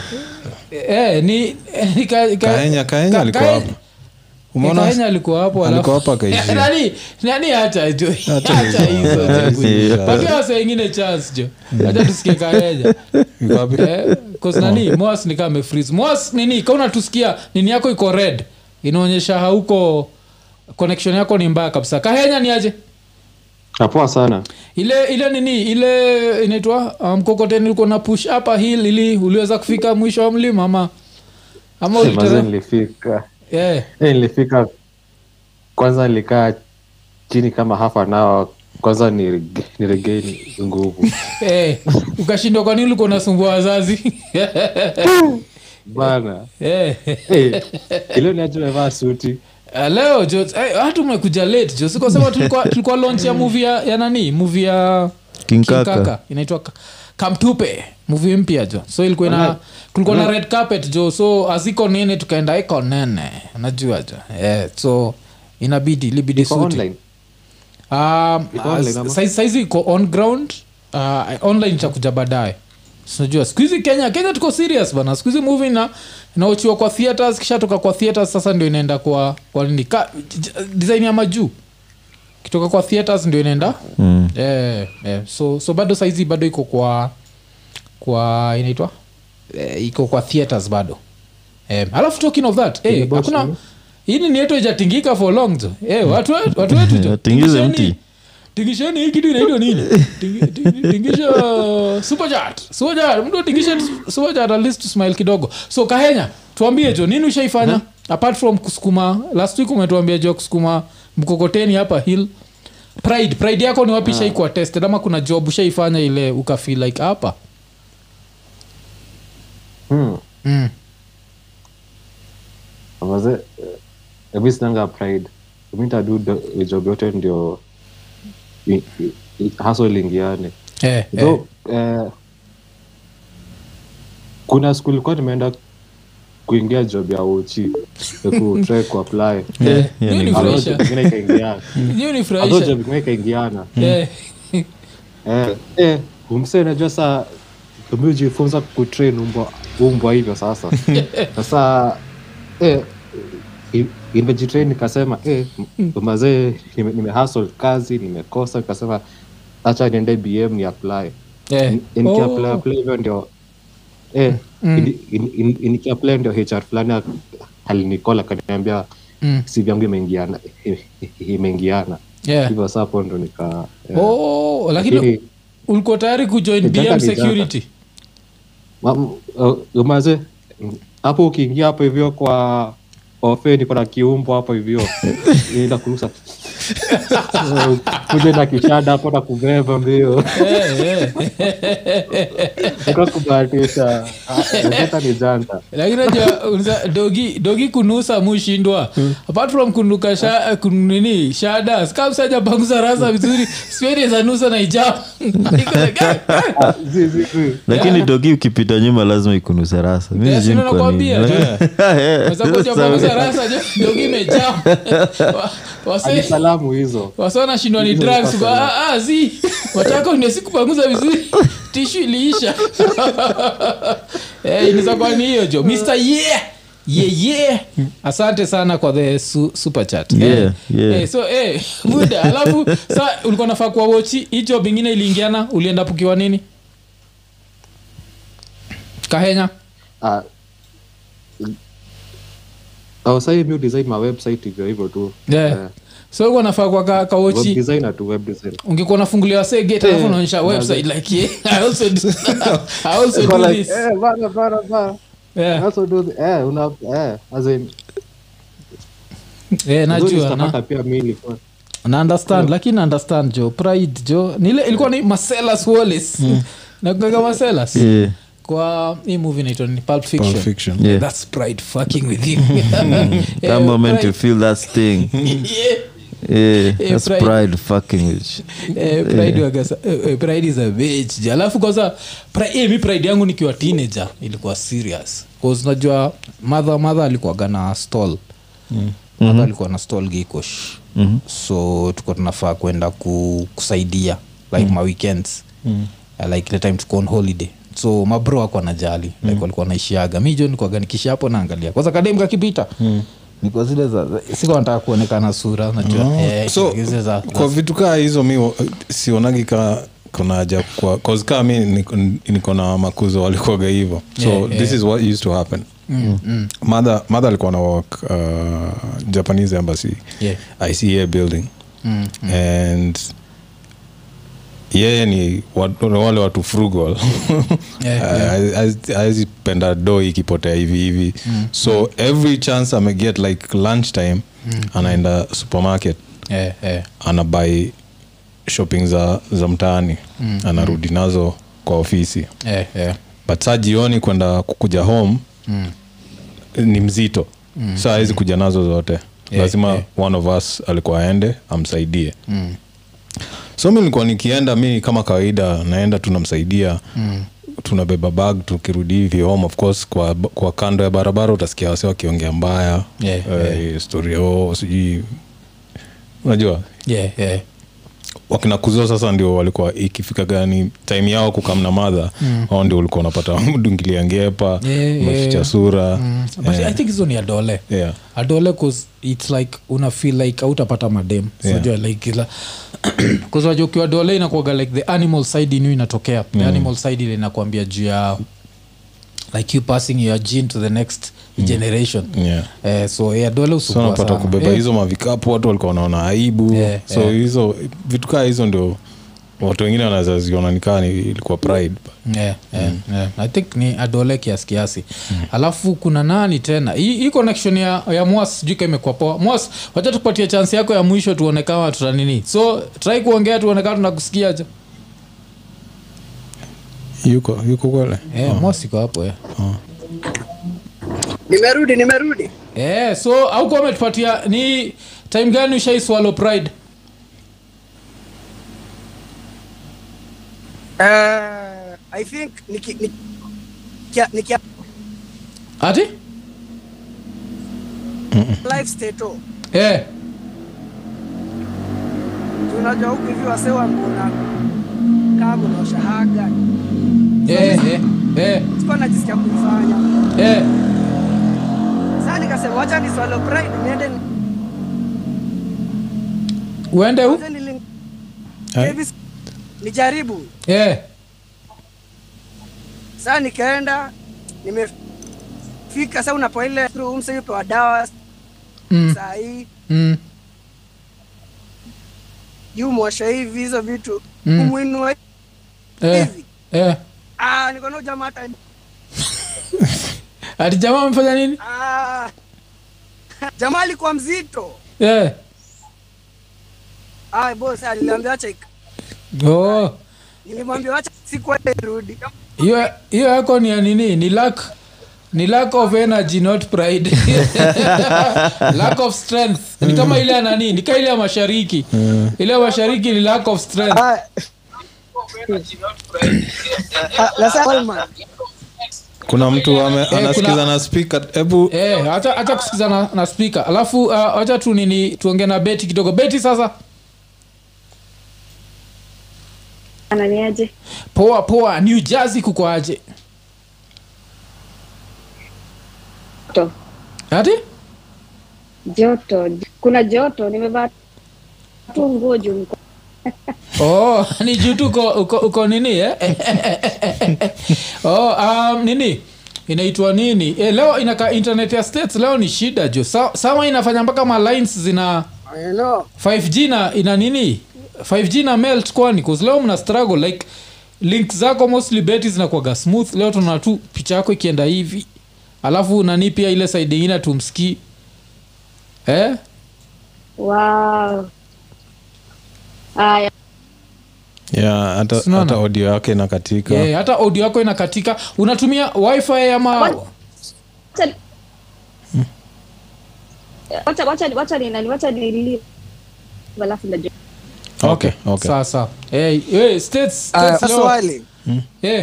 Eh, ni- eh, ni ka- ka-
kaenya kaenya
ka-
alikuwa
Kaenya-
hapa umeona
Kaenya alikuwa hapo
Alikuwa
alafu-
hapa akaishia.
Nani- nani acha jo
Acha hizo.
acha hizo
Acha hizo.
jo. patia wase wengine chance jo acha tusikie kaenya
Yuko wapi?
Eh, 'cause nani mwas nikaa amefreeze mwas nini kauna tusikia nini yako iko red inaonyesha hauko connection yako ni mbaya kabisa kahenya ni aje
apoa sana
ile ile nini ile inaitwa uh, mkokoteni ulikuwa na push up a hill ili uliweza kufika mwisho wa mlima ama ama
mazee
ulitera
nilifika
yeah.
Eh, nilifika kwanza nilikaa chini kama half an hour kwanza nirege- niregei nguvu
eh. ukashindwa kwa nini ulikuwa unasumbua wazazi
bana
eh.
Eh, ileo niaje umevaa suti
Ah, leo jo eh, hata umekuja late jo sikosema tulikuwa tulikuwa launch ya movie ya, ya nani movie ya King
kinkaka
Kaka, inaitwa Ka- kamtupe muvi mpya jo so ilikuwa na kulikuwa na red carpet jo so aziko nene tukaenda iko nene unajua jo yeah, so inabidi ilibidi
Iko
suti
online
Um,
Iko online
uh,
ama?
saizi- saizi iko on ground uh, online itakuja baadaye sinajua siku hizi kenya kenya tuko serious bana siku hizi movie na inaochiwa kwa theaters kisha toka kwa theaters sasa ndio inaenda kwa kwa nini ka j- j- design ya majuu kitoka kwa theaters ndio inaenda
Mm.
eh, eh. so so bado saizi bado iko kwa kwa inaitwa eh, iko kwa theaters bado eh, alafu talking of that eh, hakuna hii ni yetu ijatingika for long jo eh, watu wetu- watu wetu jo
Tingize
Tingisheni-
mti.
tingisheni hii kitu inaitwa nini Tingi- tingi- tingisha superchat superchat mtu atingishe superchat at least smile kidogo so kahenya tuambie jo nini ushaifanya apart from kusukuma last week umetuambia jo kusukuma mkokoteni hapa hill pride pride yako ni wapi shaikuwa tested ama kuna job ushaifanya ile ukafeel like hapa
Hmm.
mm.
Maze, eh, mi sinanga pride mi ntadu do- job yote ndio i- i- i- hustle ingiane
eh, eh.
Though, eh, kuna siku ilikuwa nimeenda kuingia job ya uchi kutry kuapply
Yeah, yeah,
Eh, Hiyo ni
ni
Although
furahisha.
job ingine ikaingiana
hiyo ni
Although
furahisha
job ingine ikaingiana
Eh,
Eh, eh, umse najua saa mi ujifunza kutrain umbwa umbwa hivyo sasa sasa eh, i- nimejitrain nikasema eh,
Mm.
m- mazee nime, nimehustle kazi nimekosa nikasema hacha niende bm ni apply
eh.
nikiapply
Oh. Mm.
apply hivyo ndio eh, ini- ini- ini- nikiapply ndio hr fulani al- alinikola akaniambia
Mm.
CV yangu imeingiana eh, imeingiana
Yeah.
hivyo sapo ndo nika eh,
Oh, lakini
lakini-
ulikuwa tayari kujoin
Ni janga
bm
ni janga.
security
Ma- uh, umaze hapo ukiingia hapo hivyo kwa ofe niko na kiumbo hapo hivyo enda kurusa kuje na kishada hapo na kubeba mbio
Eh.
Ndo kubahatisha Ah, hata ni janta
lakini najua uliza- dogi dogi kunusa mushindwa
Hmm.
apart from kunuka sha, kunini shada skamsajapanguza
Hmm.
rasa vizuri speri za nusa na ijao
Zi, zi, zi.
lakini dogi ukipita nyuma lazima ikunusa rasa mi
Yes,
sijui ni kwa nini.
nakwambia.
Sasa-
panguza rasa jo- dogi imejaa Wa-
Ni
wase
salamu hizo
wasanashindwa ni
Hizo
drugs
zipasana.
Ba- ah, ah, zi watako ndio sikupanguza vizuri tishu iliisha Eh, inaweza kuwa ni hiyo jo mr yeah yeah yeah asante sana kwa the su- super chat Eh,
Hmm. Yeah, yeah.
eh, so eh, muda alafu sa ulikuwa nafaa kuwa wochi hii job ingine iliingiana ulienda pukiwa nini kahenya
Ah, oh, sahii mi udesign ma website hivyo hivyo tu
yeah. Oh,
Eh,
so ulikuwa nafaa kuwa ka,
web
kawochi
designer tu web design
ungekuwa nafunguliwa segate
Eh,
alafu unaonyesha website like eh. yeah, I also do, I also do this
eh, bana, bana, bana.
yeah.
Also do the- eh, una- eh, as in,
Eh, najua na,
Nilitaka pia mi nilikuwa-
na understand lakini na understand jo pride jo nile ilikuwa ni marcellus wallis nakumbuka marcellus
Mm. Yeah,
kwa hii movie inaitwa ni pulp fiction,
Pulp Fiction.
yeah.
that's pride fucking with him Eh,
that moment you feel that sting yeah,
Eh,
that's
pride.
pride fucking with
Eh, pride wakasa- eh, eh, pride is a bitch ja. alafu kwanza pri- eh, mi pride yangu nikiwa teenager ilikuwa serious Cause unajua mother mother alikuwaga na stall Mm. mother alikuwa na stall gikosh Mm-hmm. so tuko tunafaa kwenda ku, kusaidia like ma weekends
Mm,
Uh, like the time tuko on holiday so mabro ako anajali like walikuwa naishiaga mi jo nikwaga nikisha hapo naangalia kwanza kadem kakipita
mm.
nikuwa zile za za- sikuwa nataka kuonekana sura najua eh,
so
zile za-
kwa vitu kaa hizo mi wa- sionagi ka kuna haja kwa cause kaa mi niko- niko na makuzo walikuwaga hivo so
Yeah, Mm, yeah.
this is what used to happen Mm. mother mother alikuwa na work uh, japanese embassy
Yeah. Mm,
ica building and yeye ni wat- wale watu frugal
Yeah,
awezi penda do ikipotea hivi hivi
Mm.
so every chance ameget like lunch time Mm-hmm. anaenda supermarket
eh, eh.
anabai shopping za, za mtaani anarudi nazo kwa ofisi
Eh, eh.
but saa jioni kwenda kukuja home ni mzito mm. saa awezi kuja nazo zote lazima one of us alikuwa aende amsaidie mm. so mi nilikuwa nikienda mi kama kawaida naenda tunamsaidia mm tunabeba bag tukirudi hivi home of course kwa, kwa kando ya barabara utasikia wase wakiongea mbaya
Yeah,
eh, story oh, sijui unajua
Yeah, yeah.
wakina kuzo sasa ndio walikuwa ikifika gani time yao kukamna madha
Mm.
au ndio ulikuwa unapata dungilia ngepa
Yeah, Mm.
umeficha
yeah.
sura
but
eh,
i think hizo ni adole
yeah.
adole cause its like una feel like autapata madem
Yeah.
sinajua like ila kuzwajua ukiwa dole inakuaga like the animal side inu inatokea the
Mm.
animal side ile inakuambia juu ya like you passing your gene to the next generation
yeah.
eh, so yeah, dole
so
usukua
napata
sana
kubeba
Eh,
hizo mavikapu watu walikuwa wanaona aibu
Yeah,
so
yeah.
hizo vitu kaa hizo ndio watu wengine wanaweza ziona nikaa ilikuwa pride
yeah, yeah, yeah. i think ni adole kiasi kiasi alafu kuna nani tena hii hii connection ya, ya mwas sijui kama imekuwa poa mwas wacha tukupatie chance yako ya mwisho tuone kama tutanini so try kuongea tuone kama tunakusikia je
yuko yuko Oh. kule
yeah, mwas Eh, iko hapo yeah.
nimerudi nimerudi
yeah, so auko ametupatia ni time gani ushai swallow pride
uh, i think niki, niki, nikia, nikia
ati
life oh. stato
yeah.
tunajua huku hivi wase wangu na kamu na ushahaga
Yeah, yeah, yeah,
sikuwa najisikia kuifanya
yeah.
saa nikasema wacha ni swallow pride niende ni-
uende u
kwanza nili-
Eh?
hivi si- nijaribu
yeah.
saa nikaenda nimefika saa unapewa ile through umse upewa dawa
mm.
saa hii
Mm.
juu mwosha hivi hizo vitu
Mm.
kumwinua
Yeah.
hivi
Yeah.
ah niko na ujamaa hata
ati jamaa amefanya nini
Ah, jamaa alikuwa mzito
yeah.
ah, boss aliniambia acha ik-
oh.
nilimwambia acha sikuwa irudi
hiyo hiyo yako ni ya nini ni lack ni lack of energy not pride lack of strength ni kama ile ya nani ni kama ile ya mashariki ile ya mashariki ni lack of strength
Ah. Ah, na sasa Holman,
kuna mtu ame,
eh, kuna-
anasikiza na spika hebu
Eh, acha acha kusikiza na, na speaker alafu uh, acha tu nini tuongee na beti kidogo beti sasa
ananiaje
poa poa new jersey kuko aje
joto
ati
joto kuna joto nimevaa tu nguo juu niko-
oh, ni juu tu uko, uko, uko nini eh? oh, um, nini inaitwa nini eh, leo inaka internet ya states leo ni shida jo Sa- sawa inafanya mpaka malines zina
I know.
5g na ina nini 5g na melt kwani 'Cause leo mna struggle like link zako mostly beti zinakuaga smooth leo tunaona tu picha yako ikienda hivi alafu nani pia ile side ingine tumsikii eh?
wow haya
yeah, hata
Sinaona.
hata audio yake inakatika
yeah, Eh, hata audio yako inakatika unatumia wifi ama
What? wacha- wacha wacha wacha ni nani wacha ni live alafu ndio
okay, okay.
sawa sawa hey, hey, states,
Ah,
states leo.
swali
Eh,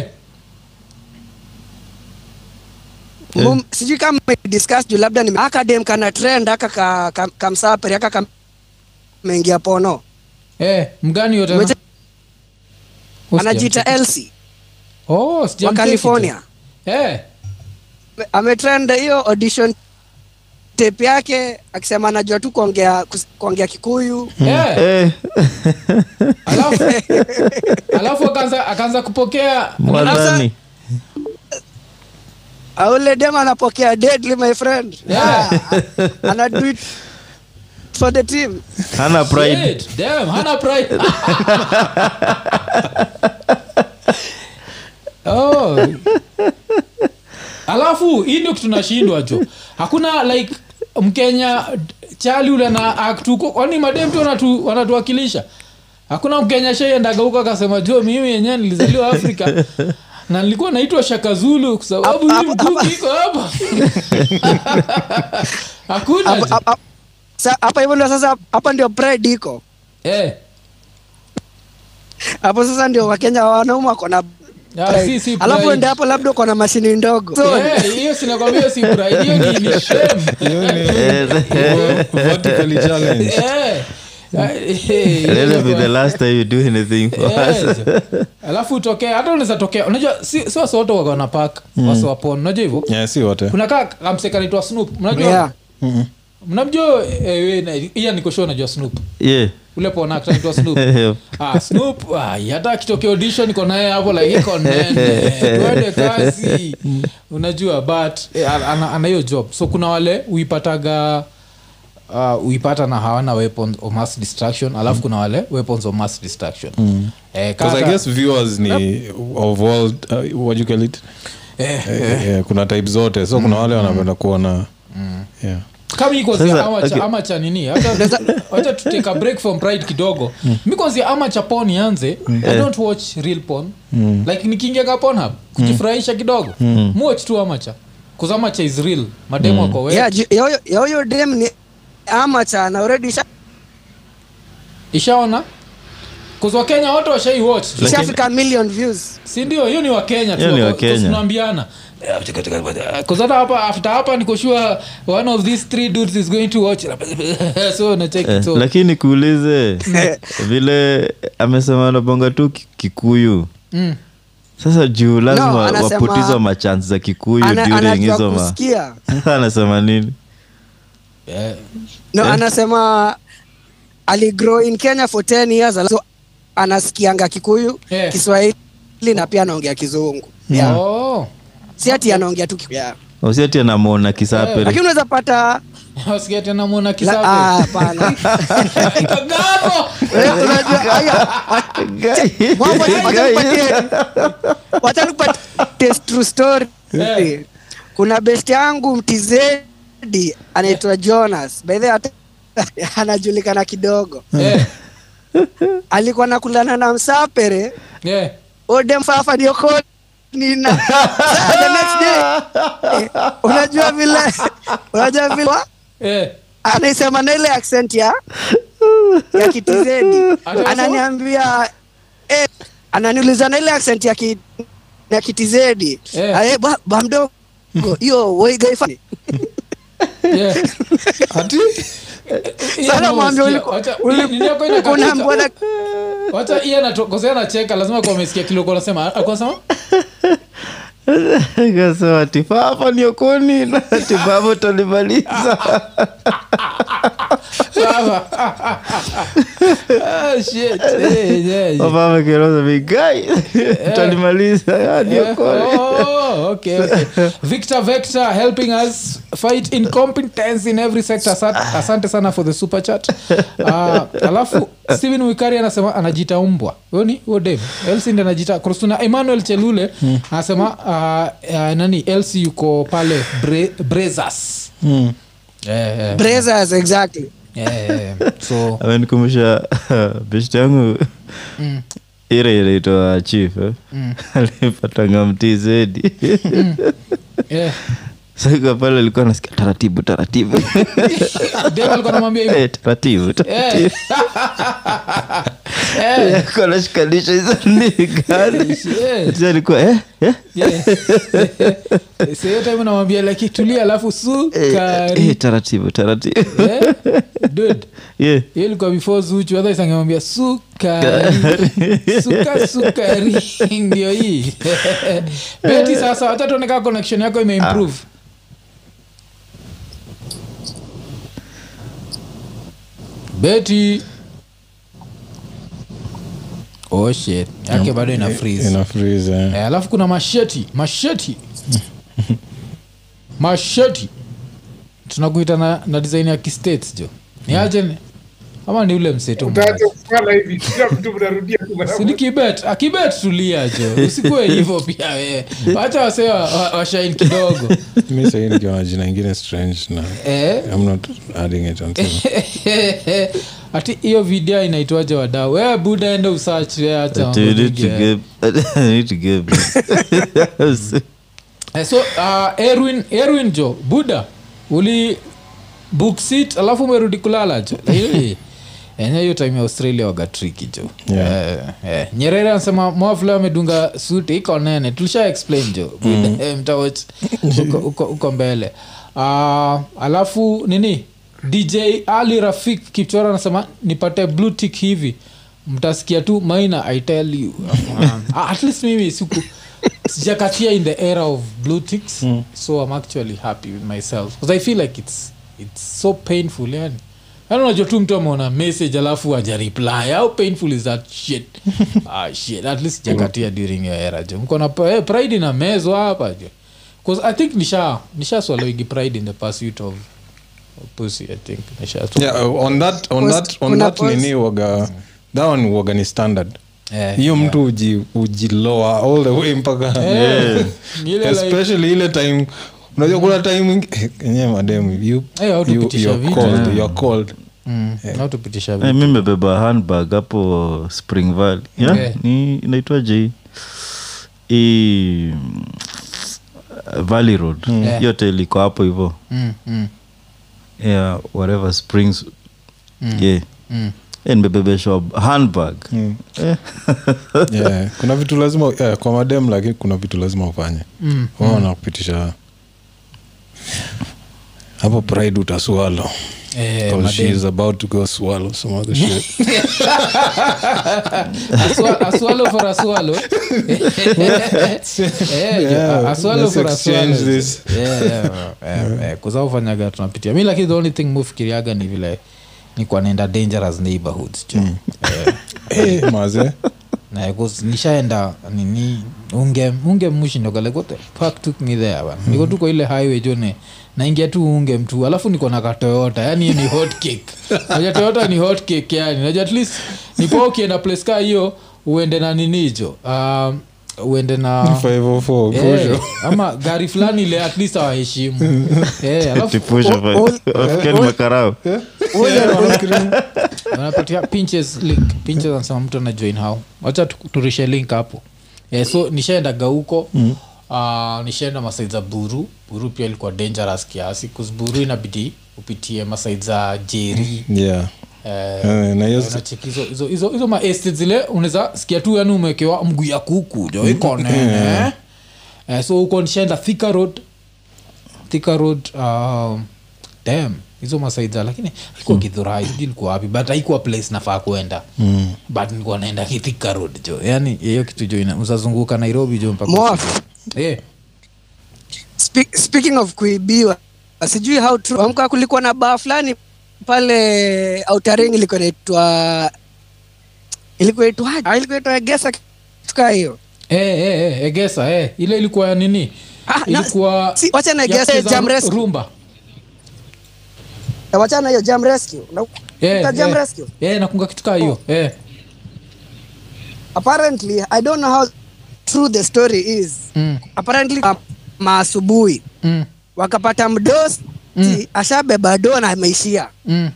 Eh.
Mum- sijui kama discuss juu labda ni akadem kana trend aka ka- ka- kamsaperi aka kam- kameingia pono
eh, mgani yote
Mweche- anajiita elsi
oh,
wa
sijamcheki tu.
california
eh,
ametrend hiyo audition tape yake akisema anajua tu kuongea kus- kuongea kikuyu
eh,
Eh,
alafu alafu akaanza akaanza kupokea
mwadhani
aule dem anapokea deadly my friend
Yeah.
ana do it for the team
hana pride
Shit, damn, hana pride oh. alafu hii ndio kitu tunashindwa jo hakuna like mkenya chali ule na aktuko kwani madem tu wanatu, wanatuwakilisha hakuna mkenya shaiendaga huko akasema jo mimi yenyewe nilizaliwa afrika na nilikuwa naitwa shakazulu kwa sababu hii mkuki iko hapa hakuna
Hapa-
jo.
hapa- sa- hapa hivyo ndio sasa hapa ndio pride iko
eh.
hapo sasa ndio wakenya wanaume wako na
Ah, si,
pride.
si
alafu
pride.
ende hapo labda uko na mashini ndogo so,
Eh, hiyo sinakwambia si pride, hiyo ni- ni shame.
Hiyo ni-
Eh,
vertically challenged.
Eh,
That'll be the last time you do anything for us.
alafu utokee hata unaweza tokea unajua si, si wasowote wakona pak
Mm.
mm. wasowapon unajua hivo
yeah, si wote
kuna kaa kamsekanaitwa snoop mnajua
Yeah. Mm-mm.
mnamjua eh, iya nikosho najua snoop
Yeah.
ule ponakta naitwa snoop ah, snoop ah, hata akitokea audition iko naye hapo like iko nene tuende kazi unajua but eh, ana- ana ana hiyo job so kuna wale uipataga uh, uipata na hawana weapons of mass destruction alafu kuna wale weapons of mass destruction mm. eh,
Because I
kaka-
guess viewers ni of all, uh, what you call it?
Eh,
Eh, eh, kuna type zote so kuna wale wanapenda kuona
Mm.
yeah.
kama hii kwanzia
Sasa,
ama,
okay.
cha, ama cha nini Hata- wacha tu take a break from pride kidogo mi kwanzia ama cha pon ianze
Mm.
i
Hmm. Eh. Hmm.
don't watch real pon
Mm.
like nikiingia ka pornhub kujifurahisha kidogo
Mm.
muwatch tu amacha kuzamacha is real mademo
Mm.
ako we
Yeah, ju- ya huyo- ya huyo dem ni amacha na already isha-
ishaona kuz wakenya wote washaiwatch
Lakini-
ishafika million views
sindio hiyo ni wakenya
Hiyo ni
tu
Wakenya.
tunaambiana Eh, kuzata hapa after hapa nikoshua one of these three dudes is going to watch so nacheki
Eh,
so
lakini kuulize vile amesema anabonga tu ki- kikuyu
Hmm.
Mm.
sasa juu lazima
No,
no,
anasema-
waputizwa machan za kikuyu
Ana-
during
anajua
hizo ma
kusikia.
anasema nini
no,
Eh.
anasema aligrow in kenya for 10 years alafu anasikianga kikuyu
Yeah.
kiswahili na pia anaongea kizungu Yeah.
Oh.
si ati anaongea tu Kikuyu. Yeah.
usiati anamwona
Eh, lakini
kisape
unaweza pata
Usikie tena muona
La-
kisabe.
ah, hapana.
Kagabo!
Eh, unajua, aya, Mwamu, wacha- wacha nipatie- wacha nipatie true story.
Eh.
kuna best yangu mtizedi anaitwa
Eh.
jonas by the way, hata- anajulikana kidogo
Eh,
alikuwa nakulana na msapere
eh.
odemfafa niokonina the next day eh, unajua vile unajua vile
Eh.
anaisema na ile accent ya ya kitizedi ananiambia eh, ananiuliza na ile accent ya, ki, ya kitizedi
Yeah.
eh, ba, ba mdogo hiyo waigaifani
Yeah. Iya
Sana mwambie
nimeusikia.
uliko-
Wacha-
uli-
nini yako ina
kuna
kabisa?
mbona-
Wacha iya nato- kwa sababu anacheka lazima kwa amesikia kile ulikuwa unasema. "Ah, Alikuwa anasema?
kasema tifafa niokoni na tifafa utalimaliza
Sawa. Ah, shit. Eh, yeah, yeah.
wapame kiroza vigai
Eh.
utalimaliza Ah, niokoni
Oh, okay, okay. victor vector helping us fight incompetence in every sector Asa- asante sana for the super chat uh, alafu steven wikari anasema anajiita umbwa ni huo dem elsind anajiita krosuna emmanuel chelule anasema uh, uh, nani elsi yuko pale Bre- Eh, brezas yeah, yeah.
Brazers, exactly
yeah, yeah, yeah. so
amenikumbusha best yangu
Mm.
ile inaitwa chief eh?
Mm.
alipatanga mtii zedi
yeah.
saka pale alikuwa nasikia taratibu taratibu
dem alikuwa anamwambia hivyo
Eh, taratibu taratibu
Eh. Eh.
Alikuwa anashikanisha hizo nini gani
Yeah.
Sasa alikuwa eh eh
Yeah. Eh, Sio time unamwambia like tulia alafu sukari
eh, taratibu taratibu
Eh, dude
yeah
hiyo ilikuwa before zuchu otherwise angemwambia sukari suka sukari ndio hii beti sasa wacha tuone kama connection yako imeimprove beti oh shit yake bado ina freeze
Ina freeze, eh.
Eh, alafu kuna masheti masheti masheti tunakuita na, na design ya kistates jo ni aje ni- ama ni ule mseto
Utaacha kufala hivi kila mtu mnarudia tu mara
sini kibet akibet tulia jo usikue hivyo pia wee wacha wasee wa- wa- washaini kidogo
mi sahii nikiwa na jina ingine strange na
eh?
I'm not adding it on TV.
ati hiyo video inaitwaje wadau we buda ende usach
Do you need to
acha
give I need to give
Eh, so uh, erwin erwin jo buda uli book seat alafu umerudi kulala jo Eh, enye hiyo time ya australia waga triki jo
Yeah.
Eh, eh. nyerere anasema mwafula amedunga suti iko nene tulisha explain jo Eh, mtawach uko, uko, uko mbele uh, Ah, alafu nini dj ali rafik kipchora anasema nipate blue tick hivi mtasikia tu maina i tell you Ah, at least mimi siku sijakatia in the era of blue ticks mm. so i'm actually happy with myself because i feel like it's, it's so painful yani yani unajua tu mtu ameona message alafu ajareply how painful is that shit ah, shit at least jakatia during your era jo mko na eh, pride inamezwa hapa jo because i think nisha nisha swallowing pride in the pursuit of of pussy i think nisha
yeah, uh, on that, on
Post-
that, on
kuna
that
post.
nini waga that one waga ni standard hiyo mtu uji- ujiloa all the way mpaka
Eh, Yeah. ni ile like-
especially ile time unajua kuna time ingi- enyewe mademu you,
Eh,
you,
watu pitisha
you're
vitu.
cold,
Yeah.
you're cold.
Mm, hatupitisha vitu.
Eh, mi mebeba handbag hapo spring valley yeah?
Eh.
ni inaitwaje hii? hii mm, valley road
Eh.
yote iliko hapo hivo
Mm, mm,
yeah, whatever springs
Mm.
yeah.
mm.
Eh, nimebebeshwa handbag
Mm.
Eh.
yeah. kuna vitu lazima yeah, kwa madem lakini kuna vitu lazima ufanye
Mm,
wao wanakupitisha hapo pride utaswalo
Eh,
because she
madem.
is about to go swallow some other shit
Aswa- aswalo for Eh, aswalo
Yeah,
aswalo
let's
for
exchange this.
aswalokuzaofanyaga tunapitia mi lakini the only thing mufikiriaga ni vile ni kwa nenda dangerous neighborhoods jo
Mm.
Eh,
Eh, maze
na 'cause nishaenda nini unge unge mshindokalekot pak took me there bana
Hmm.
niko tu kwa ile highway jone naingia tu unge mtu alafu niko na katoyota yani hiyo ni hot cake najua toyota ni hot cake yani najua at least nipoa ukienda place kaa hiyo uende na ninijo um, uende na
504
Eh,
pusho
ama gari fulani ile at least awaheshimu Eh, alafu
Tipusha pa- wafikeni makarao
wanapatia pinches link pinches anasema mtu ana join hao wacha tu- turishe link hapo yeah, so nishaendaga huko mm. uh, nishaenda masaid za buru buru pia ilikuwa dangerous kiasi kus buru inabidi upitie masaid za jeri
yeah
eh,
Eh, na hiyo
unacheki hizo- hizo- hizo- hizo maeste zile unaweza sikia tu yani umewekewa mguu ya kuku
Mm.
jo iko nene
Yeah.
Eh, so huko nishaenda thika road thika road um, dam hizo masaidha lakini alikuwa
Mm.
kidhurai sijui ilikuwa wapi but haikuwa place nafaa kuenda mm. but nilikuwa naenda kithika road jo yani Yaani, hiyo kitu jo ina- uzazunguka nairobi jo mpaka
Moa.
Eh,
Speak, speaking of kuibiwa sijui how true amka kulikuwa na baa fulani pale outering ilikuwa inaitwa ilikuwa inaitwa ah, ilikuwa inaitwa gesa tukaa hiyo
eh, eh, eh, egesa eh. ile ilikuwa ya nini
Ah, na-
ilikuwa
si- wacha na
ya
Egesa,
kucheza
Jam
ru-
Rescue.
rumba
Na wachana na hiyo jam rescue Na-
Eh,
Kuta jam
eh.
rescue Oh.
Eh, nakunga kitu kaa hiyo Eh.
apparently i don't know how true the story is
Mm,
apparently ma- maasubuhi
mm,
wakapata mdosi
Mm.
ashabeba do na ameishia
mm,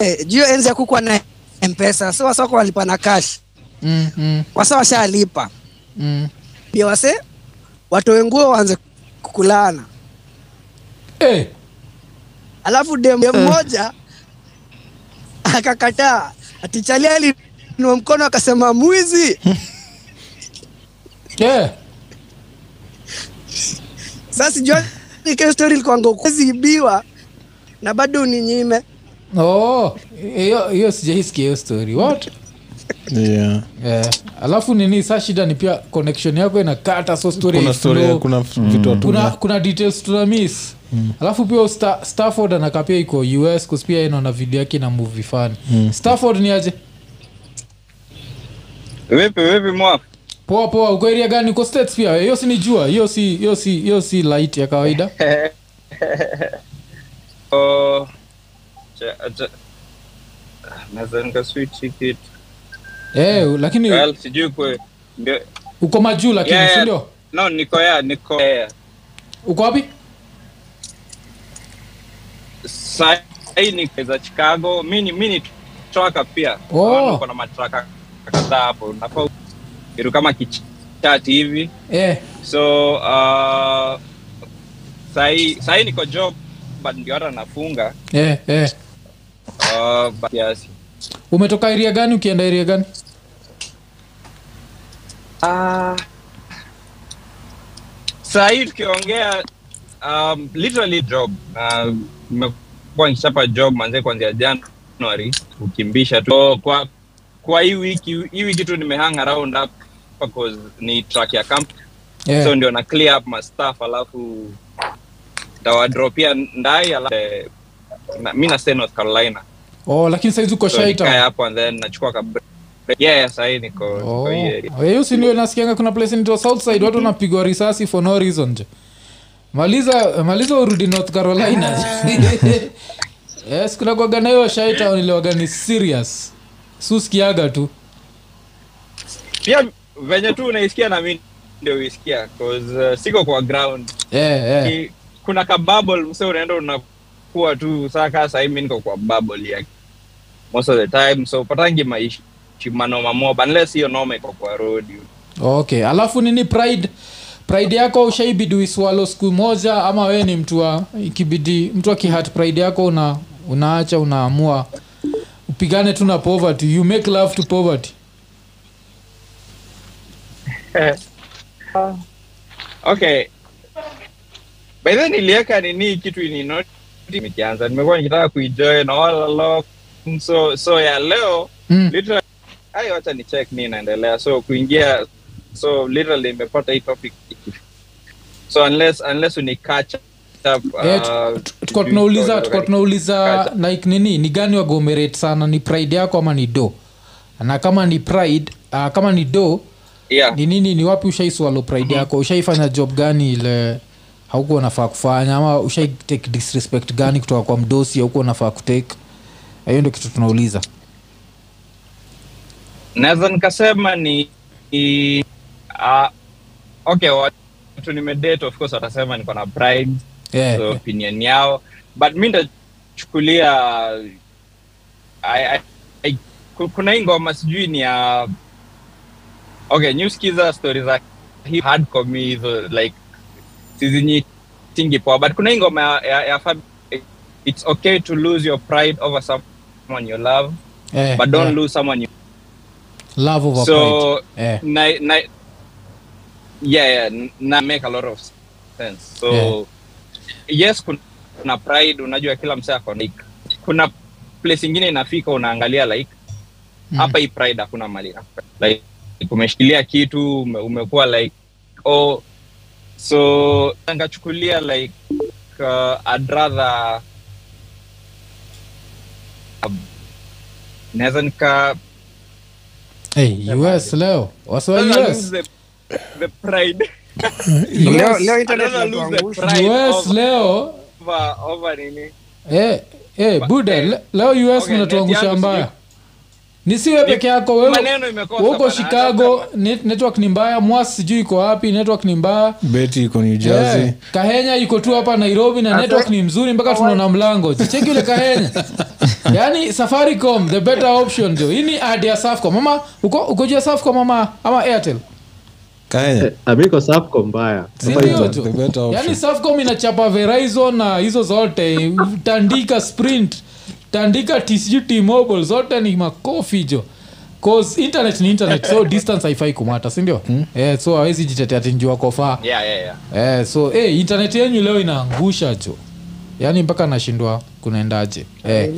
Eh, juu enzi ya kukuwa na mpesa so wasako walipa na cash
mm, mm,
wasa washalipa
mm.
ndio wase watoe nguo waanze kukulana
Eh,
alafu dem dem mmoja akakataa atichalia alinua mkono akasema mwizi
eh.
sasa sijuastori likuangoziibiwa na bado uninyime
Oh, hiyo hiyo sijaisikia hiyo story what
yeah
eh, alafu nini saa shida ni pia connection yako inakata so story
kuna story
haiflow.
kuna vitu
kuna,
hatuna
kuna details tunamiss mm. alafu pia Sta- stafford anakapia iko us kuspia inaona video yake na movie fani
Hmm.
mm. stafford ni aje
vipi vipi mwa
poa poa uko area gani uko states pia hiyo si nijua hiyo si hiyo si hiyo si light ya kawaida
Oh, acha- acha- Ah, naweza nikaswitch hii kitu
eh, lakini
Well, sijui kwe ndio-
uko majuu lakini
Yeah, yeah.
sindio
no niko ya niko ya
uko wapi
sahii niko za chicago mi ni mi ni traka pia
Oh.
Naona uko na matraka kadhaa hapo nafaa kitu kama kichati hivi
eh,
so uh, sahii sahii niko job but ndio hata nafunga
eh, eh.
uh, but kiasi
umetoka area gani ukienda area gani
Ah. sahii tukiongea um, literally job na kuwa nikishapa job manze kuanzia january ukimbisha tu So, kwa kwa hii wiki hii wiki tu nimehang around up because ni track ya camp
Yeah.
so ndio na clear up my stuff alafu tawadropia ndai alafu eh, na- mi nastay north carolina
oh, lakini saizi uko
so nikae
shaita
hapo and then nachukua ka break. yeah sahii niko niko hii area.
hiyo Oh. Eh, si ndio nasikianga kuna place nitwa southside watu wanapigwa risasi for no reason je maliza maliza urudi north carolina yes kuna kwaga na hiyo shaitown iliwaga ni serious suskiaga tu
pia venye tu unaisikia na mi ndio uisikia 'cause, uh, siko kwa ground
yeah, yeah.
Ki- kuna kababl mse unaenda unakuwa tu saa kaa sahii mi niko kwa babl ya most of the time so patangi maishi manoma mob unless hiyo noma iko kwa road
okay alafu nini pride pride yako ushaibidi uiswalo siku moja ama wewe ni mtu wa ikibidi mtu akihat pride yako una unaacha unaamua upigane tu na poverty you make love to poverty
Eh. okay by then niliweka nini kitu ni nikianza nimekuwa nikitaka kuijoin all along so so ya leo
Mm.
literally ai wacha ni check ni inaendelea so kuingia so literally imepata hii topic so unless unless uni catch up
Eh,
uh,
tuko tunauliza tuko tunauliza like nini ni gani wagomerate sana ni pride yako ama ni do na kama ni pride uh, kama ni do
yeah Mm-hmm.
ni nini ni wapi ushaiswalo pride yako ushaifanya job gani ile haukuwa unafaa kufanya ama ushai take disrespect gani kutoka kwa mdosi haukuwa unafaa kutake hiyo ndio kitu tunauliza
naweza nikasema ni ni- ah, okay watu nimedate of course watasema niko na pride
Yeah,
so opinion yao but mi ndachukulia I, I, I, ku- kuna hii ngoma sijui ni ya okay newskiza stori za hip- hardcore mi hizo like sizinyitingi poa but kuna hii ngoma ya, ya, ya Fab- it's okay to lose your pride over someone you love
Eh,
but don't
yeah.
lose someone you
love over
so mm,
pride. Eh.
na, na, yeah, yeah na make a lot of sense so yes kun- kuna pride unajua kila msee ako na- like kuna place ingine inafika unaangalia like hapa hii pride hakuna mali
Eh.
like umeshikilia kitu ume, umekuwa like oh so ngachukulia like uh, I'd rather um, naweza nika
hey, us leo wasiwa
I'd rather
us
lose the, the pride
Leo- leo
I'd rather
internet
lose the
inatuangusha.
pride
US
over-
leo.
over, over nini
Eh, eh, buda le- leo us
Okay, net
mnatuangusha
yangu
mbaya
sijui-
ni siwe peke yako wewe
maneno imekosa
wewe uko
bana,
chicago net, network ni mbaya mwasi sijui iko wapi network ni mbaya
beti iko new jersey
Eh, kahenya iko tu hapa nairobi na network ni mzuri mpaka tunaona mlango cheki ule kahenya yaani safaricom the better option jo hii ni ad ya safcom mama uko, uko juu ya safcom ama, ama airtel
amiko sapko Eh, mbaya Hapa
Ndio,
iko-
jo. yaani safcom inachapa verizon na hizo zote tandika sprint tandika tcu tmobile zote ni makofi jo cause internet ni internet so distance haifai kumata sindio
Hmm.
eh, so awezi jitetea tinjua kofaa
yeah yeah yeah
eh, so eh, internet yenyu leo inaangusha jo yaani mpaka nashindwa kunaendaje eh.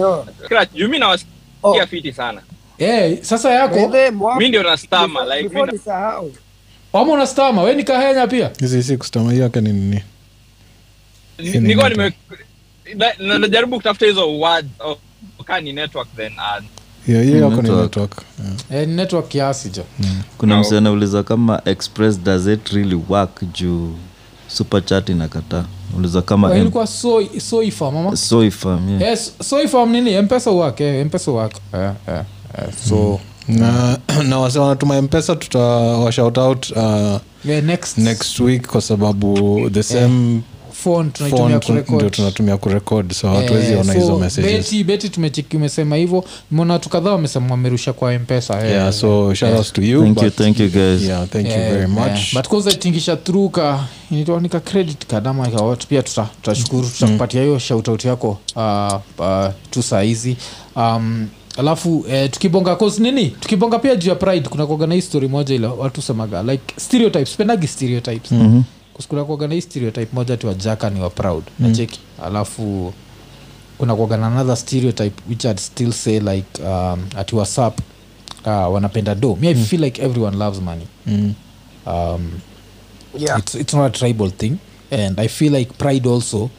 Scratch, juu mi
Oh.
nawasikia fiti sana
eh, sasa yako
mi ndio nastama like mi na-
ama unastama we ni kahenya pia
hizi si kustama hiyo yake ni nini
niko nime na- na- najaribu kutafuta hizo words oh, kaa ni network then ad.
hiyo hiyo yako ni
Network.
network Hmm.
eh, ni network kiasi jo
kuna msee anauliza kama express does it really work juu super chat inakataa uliza
Wa,
kama M-
ilikuwa soi- soifa mama
soifam yeah.
Eh, so- soifa nini mpesa wake mpesa wake eh, eh, eh, so
na, na wase wanatuma mpesa tutawashout out uh,
yeah, next,
next week kwa sababu the same
phone tunaitumia
phone tu- ndio
kurekod
tunatumia kurekod
Mm.
so hatuwezi
Eh,
ona
so,
hizo messages
beti beti tumecheki umesema hivyo mona watu kadhaa wamesema wamerusha kwa mpesa eh.
yeah so shout outs to you
Thank
but-
you, thank you guys.
yeah thank you
Eh,
very much
eh, but kwanza tingisha through ka inaitwa nika credit card ama ika what, pia tuta- tutashukuru tutakupatia hiyo shoutout yako uh, uh, tu saa hizi um, alafu eh, tukibonga cause nini tukibonga pia juu ya pride kuna kuaga na hii story moja ile watu semaga like stereotypes pendagi stereotypes
Mhm.
Cause kuna kuaga na hii stereotype moja ti wajaka ni wa proud
Mm.
nacheki alafu kuna kuwaga na another stereotype which i'd still say like um, at whatsapp uh, wanapenda do me i feel like everyone loves money
Mm.
um, it's, it's not a tribal thing and i feel like pride also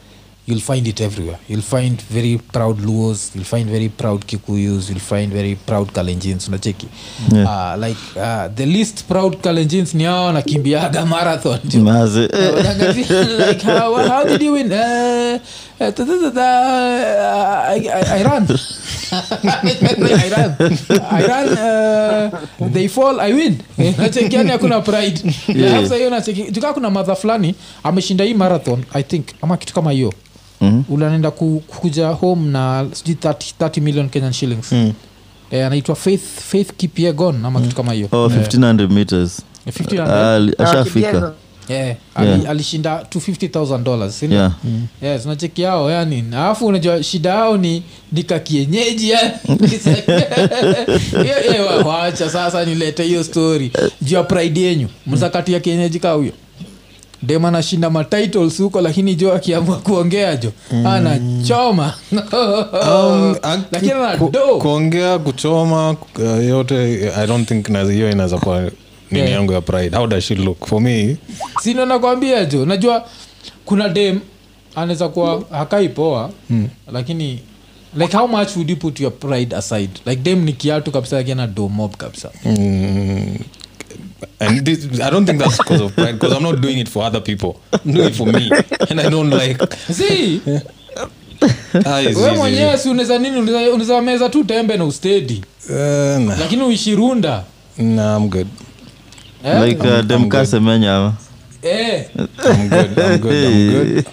you'll find it everywhere you'll find very proud luos you'll find very proud kikuyus you'll find very proud kalenjins unacheki
Yeah.
uh, like uh, the least proud kalenjins ni hao wanakimbiaga marathon
Maze, eh.
like how, how did you win uh, uh, da, da, da, da, uh, I, I, I ran I ran I ran uh, they fall I win Eh, nacheki yani hakuna pride Na
Yeah.
hasa hiyo nacheki tukaa kuna madha fulani ameshinda hii marathon I think ama kitu kama hiyo
Mhm.
unaenda ku, kuja home na sijui 30, 30 million kenyan shillings mm. eh, anaitwa faith faith kipiegon ama kitu kama hiyo
Oh,
Eh,
1500 meters
1500.
Ah, ali-
Ah,
ashafika
Kipiegon. Eh, ali-
Yeah.
alishinda 250000 dollars
Yeah.
yes unacheki yao yani Na alafu unajua shida yao ni dika kienyeji yani. Hiyo- hiyo wa- wacha sasa nilete hiyo story juu ya pride yenyu mzakati ya kienyeji kaa huyo dem anashinda matitles huko lakini jo akiamua kuongea jo anachoma
Um,
uh, lakini
ku-
anado
kuongea kuchoma uh, yote i don't think na- hiyo inaweza kuwa nini
Yeah.
yangu ya pride how does she look for me
sino nakwambia jo najua kuna dem anaweza kuwa hakai poa mm. lakini like how much would you put your pride aside like dem ni kiatu kabisa lakini ana do mob kabisa
Mm, and this, I don't think that's because of pride, because I'm not doing it for other people. I'm doing it for me, and I don't like.
See,
Ah, it's
we
easy.
mwenyewe si unaweza nini unaweza- unaweza meza tu tembe na ustedi
Uh, nah.
lakini uishirunda
nah, I'm good.
Eh?
like uh, demkasemenya
eh,
I'm good. I'm good. I'm good.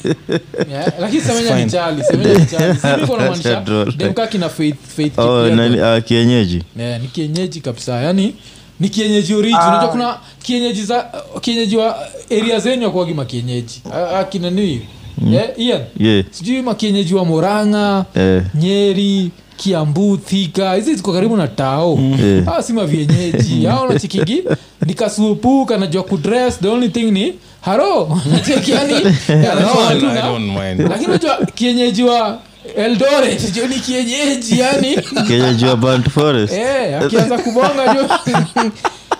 yeah, eh, lakini semenya
Fine.
ni chali semenya ni chali Sijui kwa namaanisha,
Droll.
dem kaa kina faith faith
oh,
Kipyegon.
nani, ah, kienyeji
yeah, Eh, ni kienyeji kabisa yani ni kienyeji origi unajua kuna kienyeji za kienyeji wa area zenyu akuagi makienyeji A- akina nini yeah, Ian
yeah.
sijui makienyeji wa moranga
eh.
nyeri kiambu thika hizi ziko karibu na tao
Mm-hmm.
Eh.
yeah. si mavyenyeji hao nachikingi nikasupu kanajua kudress the only thing ni haro Unacheki, yani,
Yeah, that
anajua
one,
tu
I
na-
don't mind.
lakini unajua kienyeji wa eldoret jo ni kienyeji yani
kienyeji wa bant forest
Eh, akianza kubonga jo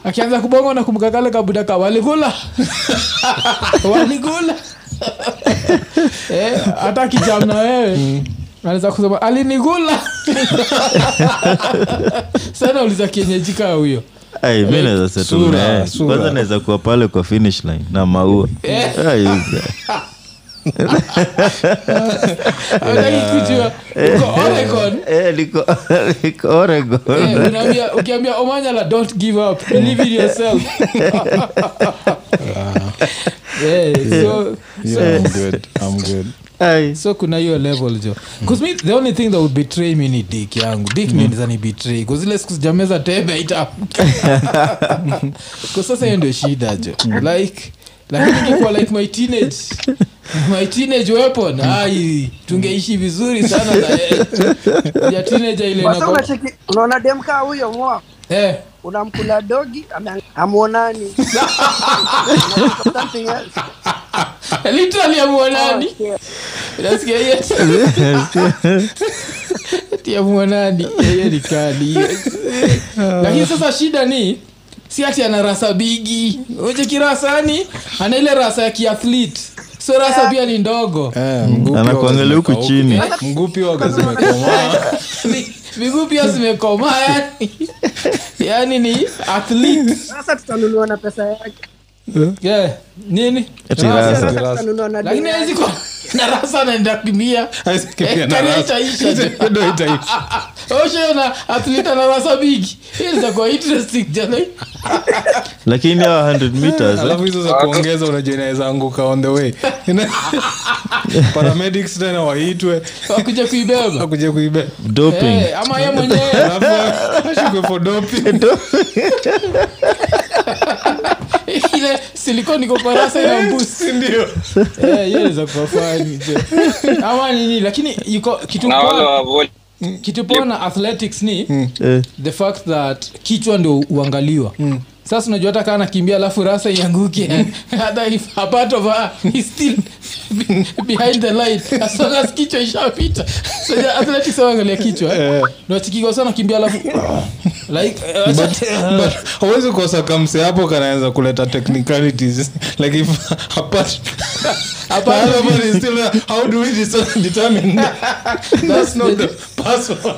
akianza kubonga nakumbuka kale kabudaka waligula waligula Eh, hata kijam na wewe anaweza kusema alinigula sana uliza kienyeji kaa huyo
Ai, mi naweza settle
sura,
naye.
sura. Eh.
kwanza naweza kuwa pale kwa finish line na maua Ai,
Hataki kujua uko Oregon
eh, niko niko Oregon.
eh, unaambia- ukiambia omanyala don't give up believe in yourself Eh, so,
Yeah, I'm
so
good. I'm good.
so kuna hiyo level jo bcause me the only thing that would betray me ni dik yangu dik mm. nizani betray bcause ile siku sijameza tembe aitamka bcause sasa hiyo ndio shida jo like lakini ingekuwa like my teenage my teenage weapon ai tungeishi vizuri sana na yeye ya teenager ile
Wasa
inakuwa-
unacheki- unaona demkaa huyo mwa
eh
unamkula dogi ame- hamwonani Something else. Oh,
literally amuonani
yeah.
nasikia hiyo tia muonani hiyo ni kali hiyo. lakini sasa shida ni si ati ana rasa bigi uje kirasani ana ile rasa ya kiathlete so rasa pia ni ndogo Mm.
Eh, mguu pia
anakuangalia huku
wazimekauka.
chini
Mguu pia waga zimekomaa.
Mi- miguu pia zimekomaa yani yani ni athlete
sasa tutanunua na pesa yake
Eh.
yeah. nini
Eti rasa.
sasa tutanunua na
lakini
demu.
hizi kwa na rasa anaenda kumbia
Asikia Eh, na
Hektari
rasa.
haitaisha tu.
Ndio itaisha.
oshona athlete ana rasa bigi hiyo itakuwa interesting jana
lakini hawa 100 meters eh?
alafu hizo za kuongeza unajua inaweza anguka on the way Ina- paramedics tena waitwe
wakuja kuibeba
akuje kuibe
doping
Eh, ama ye mwenyewe
alafu ashikwe for doping
ile silikoni koparasa inambusi
ndio
uh,
Eh, iyoeza kuwafani ama nini lakini iko kitu
na wale
kwa-
wa vol-
kitupona athletics ni
Hmm.
Mm. Eh.
the fact that kichwa ndio uangaliwa
Hmm.
mm. sasa unajua hata kaa nakimbia alafu rasa ianguke hata if a part of her is still be- behind the line as long as kichwa ishapita so the athletics waangalia kichwa nachikikwa sana kimbia alafu like eh,
Eh. but hawezi kosa kamse hapo kanaweza kuleta technicalities like if apart
Apart
apart
from
from is still uh, how do we dis- determine that's not the password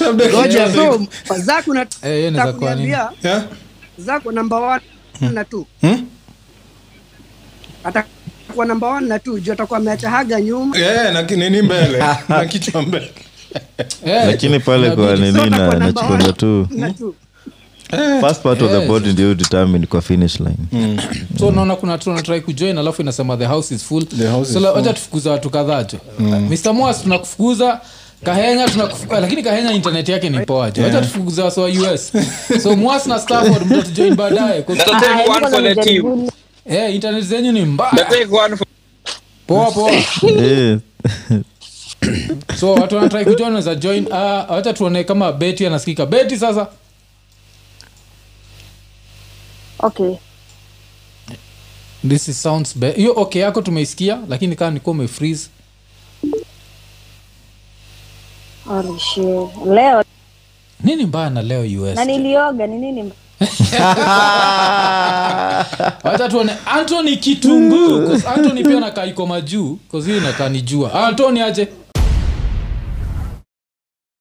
Labda
Ngoja,
kiasi-
so, zako una-
hiyo inaweza kuwa nini?
kuniambia
Yeah?
zako namba one na tu
Hmm?
atakuwa namba one na tu juu atakuwa ameacha haga nyuma
Yeah, na ki- nini mbele na kichwa mbele
Eh,
lakini pale kwa nini na- nachukonga tu
na tu
Eh.
first part of the
Yes.
body ndio determined kwa finish line
so unaona kuna watu wanatrai kujoin alafu inasema the house is full
house is full.
so la-
Mm.
wacha tufukuza watu kadhaa jo mr moas tunakufukuza kahenya tunakufukuza lakini kahenya internet yake ni poa jo wacha
Yeah.
tufukuza wasi wa us so moas na stafford mtatujoin baadaye Kwa-
That's take
Ah,
one for the team.
Eh, internet zenyu ni mbaya
That's take one for
poa poa
Eh.
so watu wanatrai kujoin wanaweza join Ah, wacha tuone kama beti anasikika beti sasa
okay
this is sounds be- hiyo okay yako tumeisikia lakini kaa nikuwa umefreeze
Holy shit. leo
nini mbaya na leo us
na nilioga ni nini
wacha tuone antony kitunguu 'cause antony pia nakaa iko majuu kozi inakaa ni jua antony aje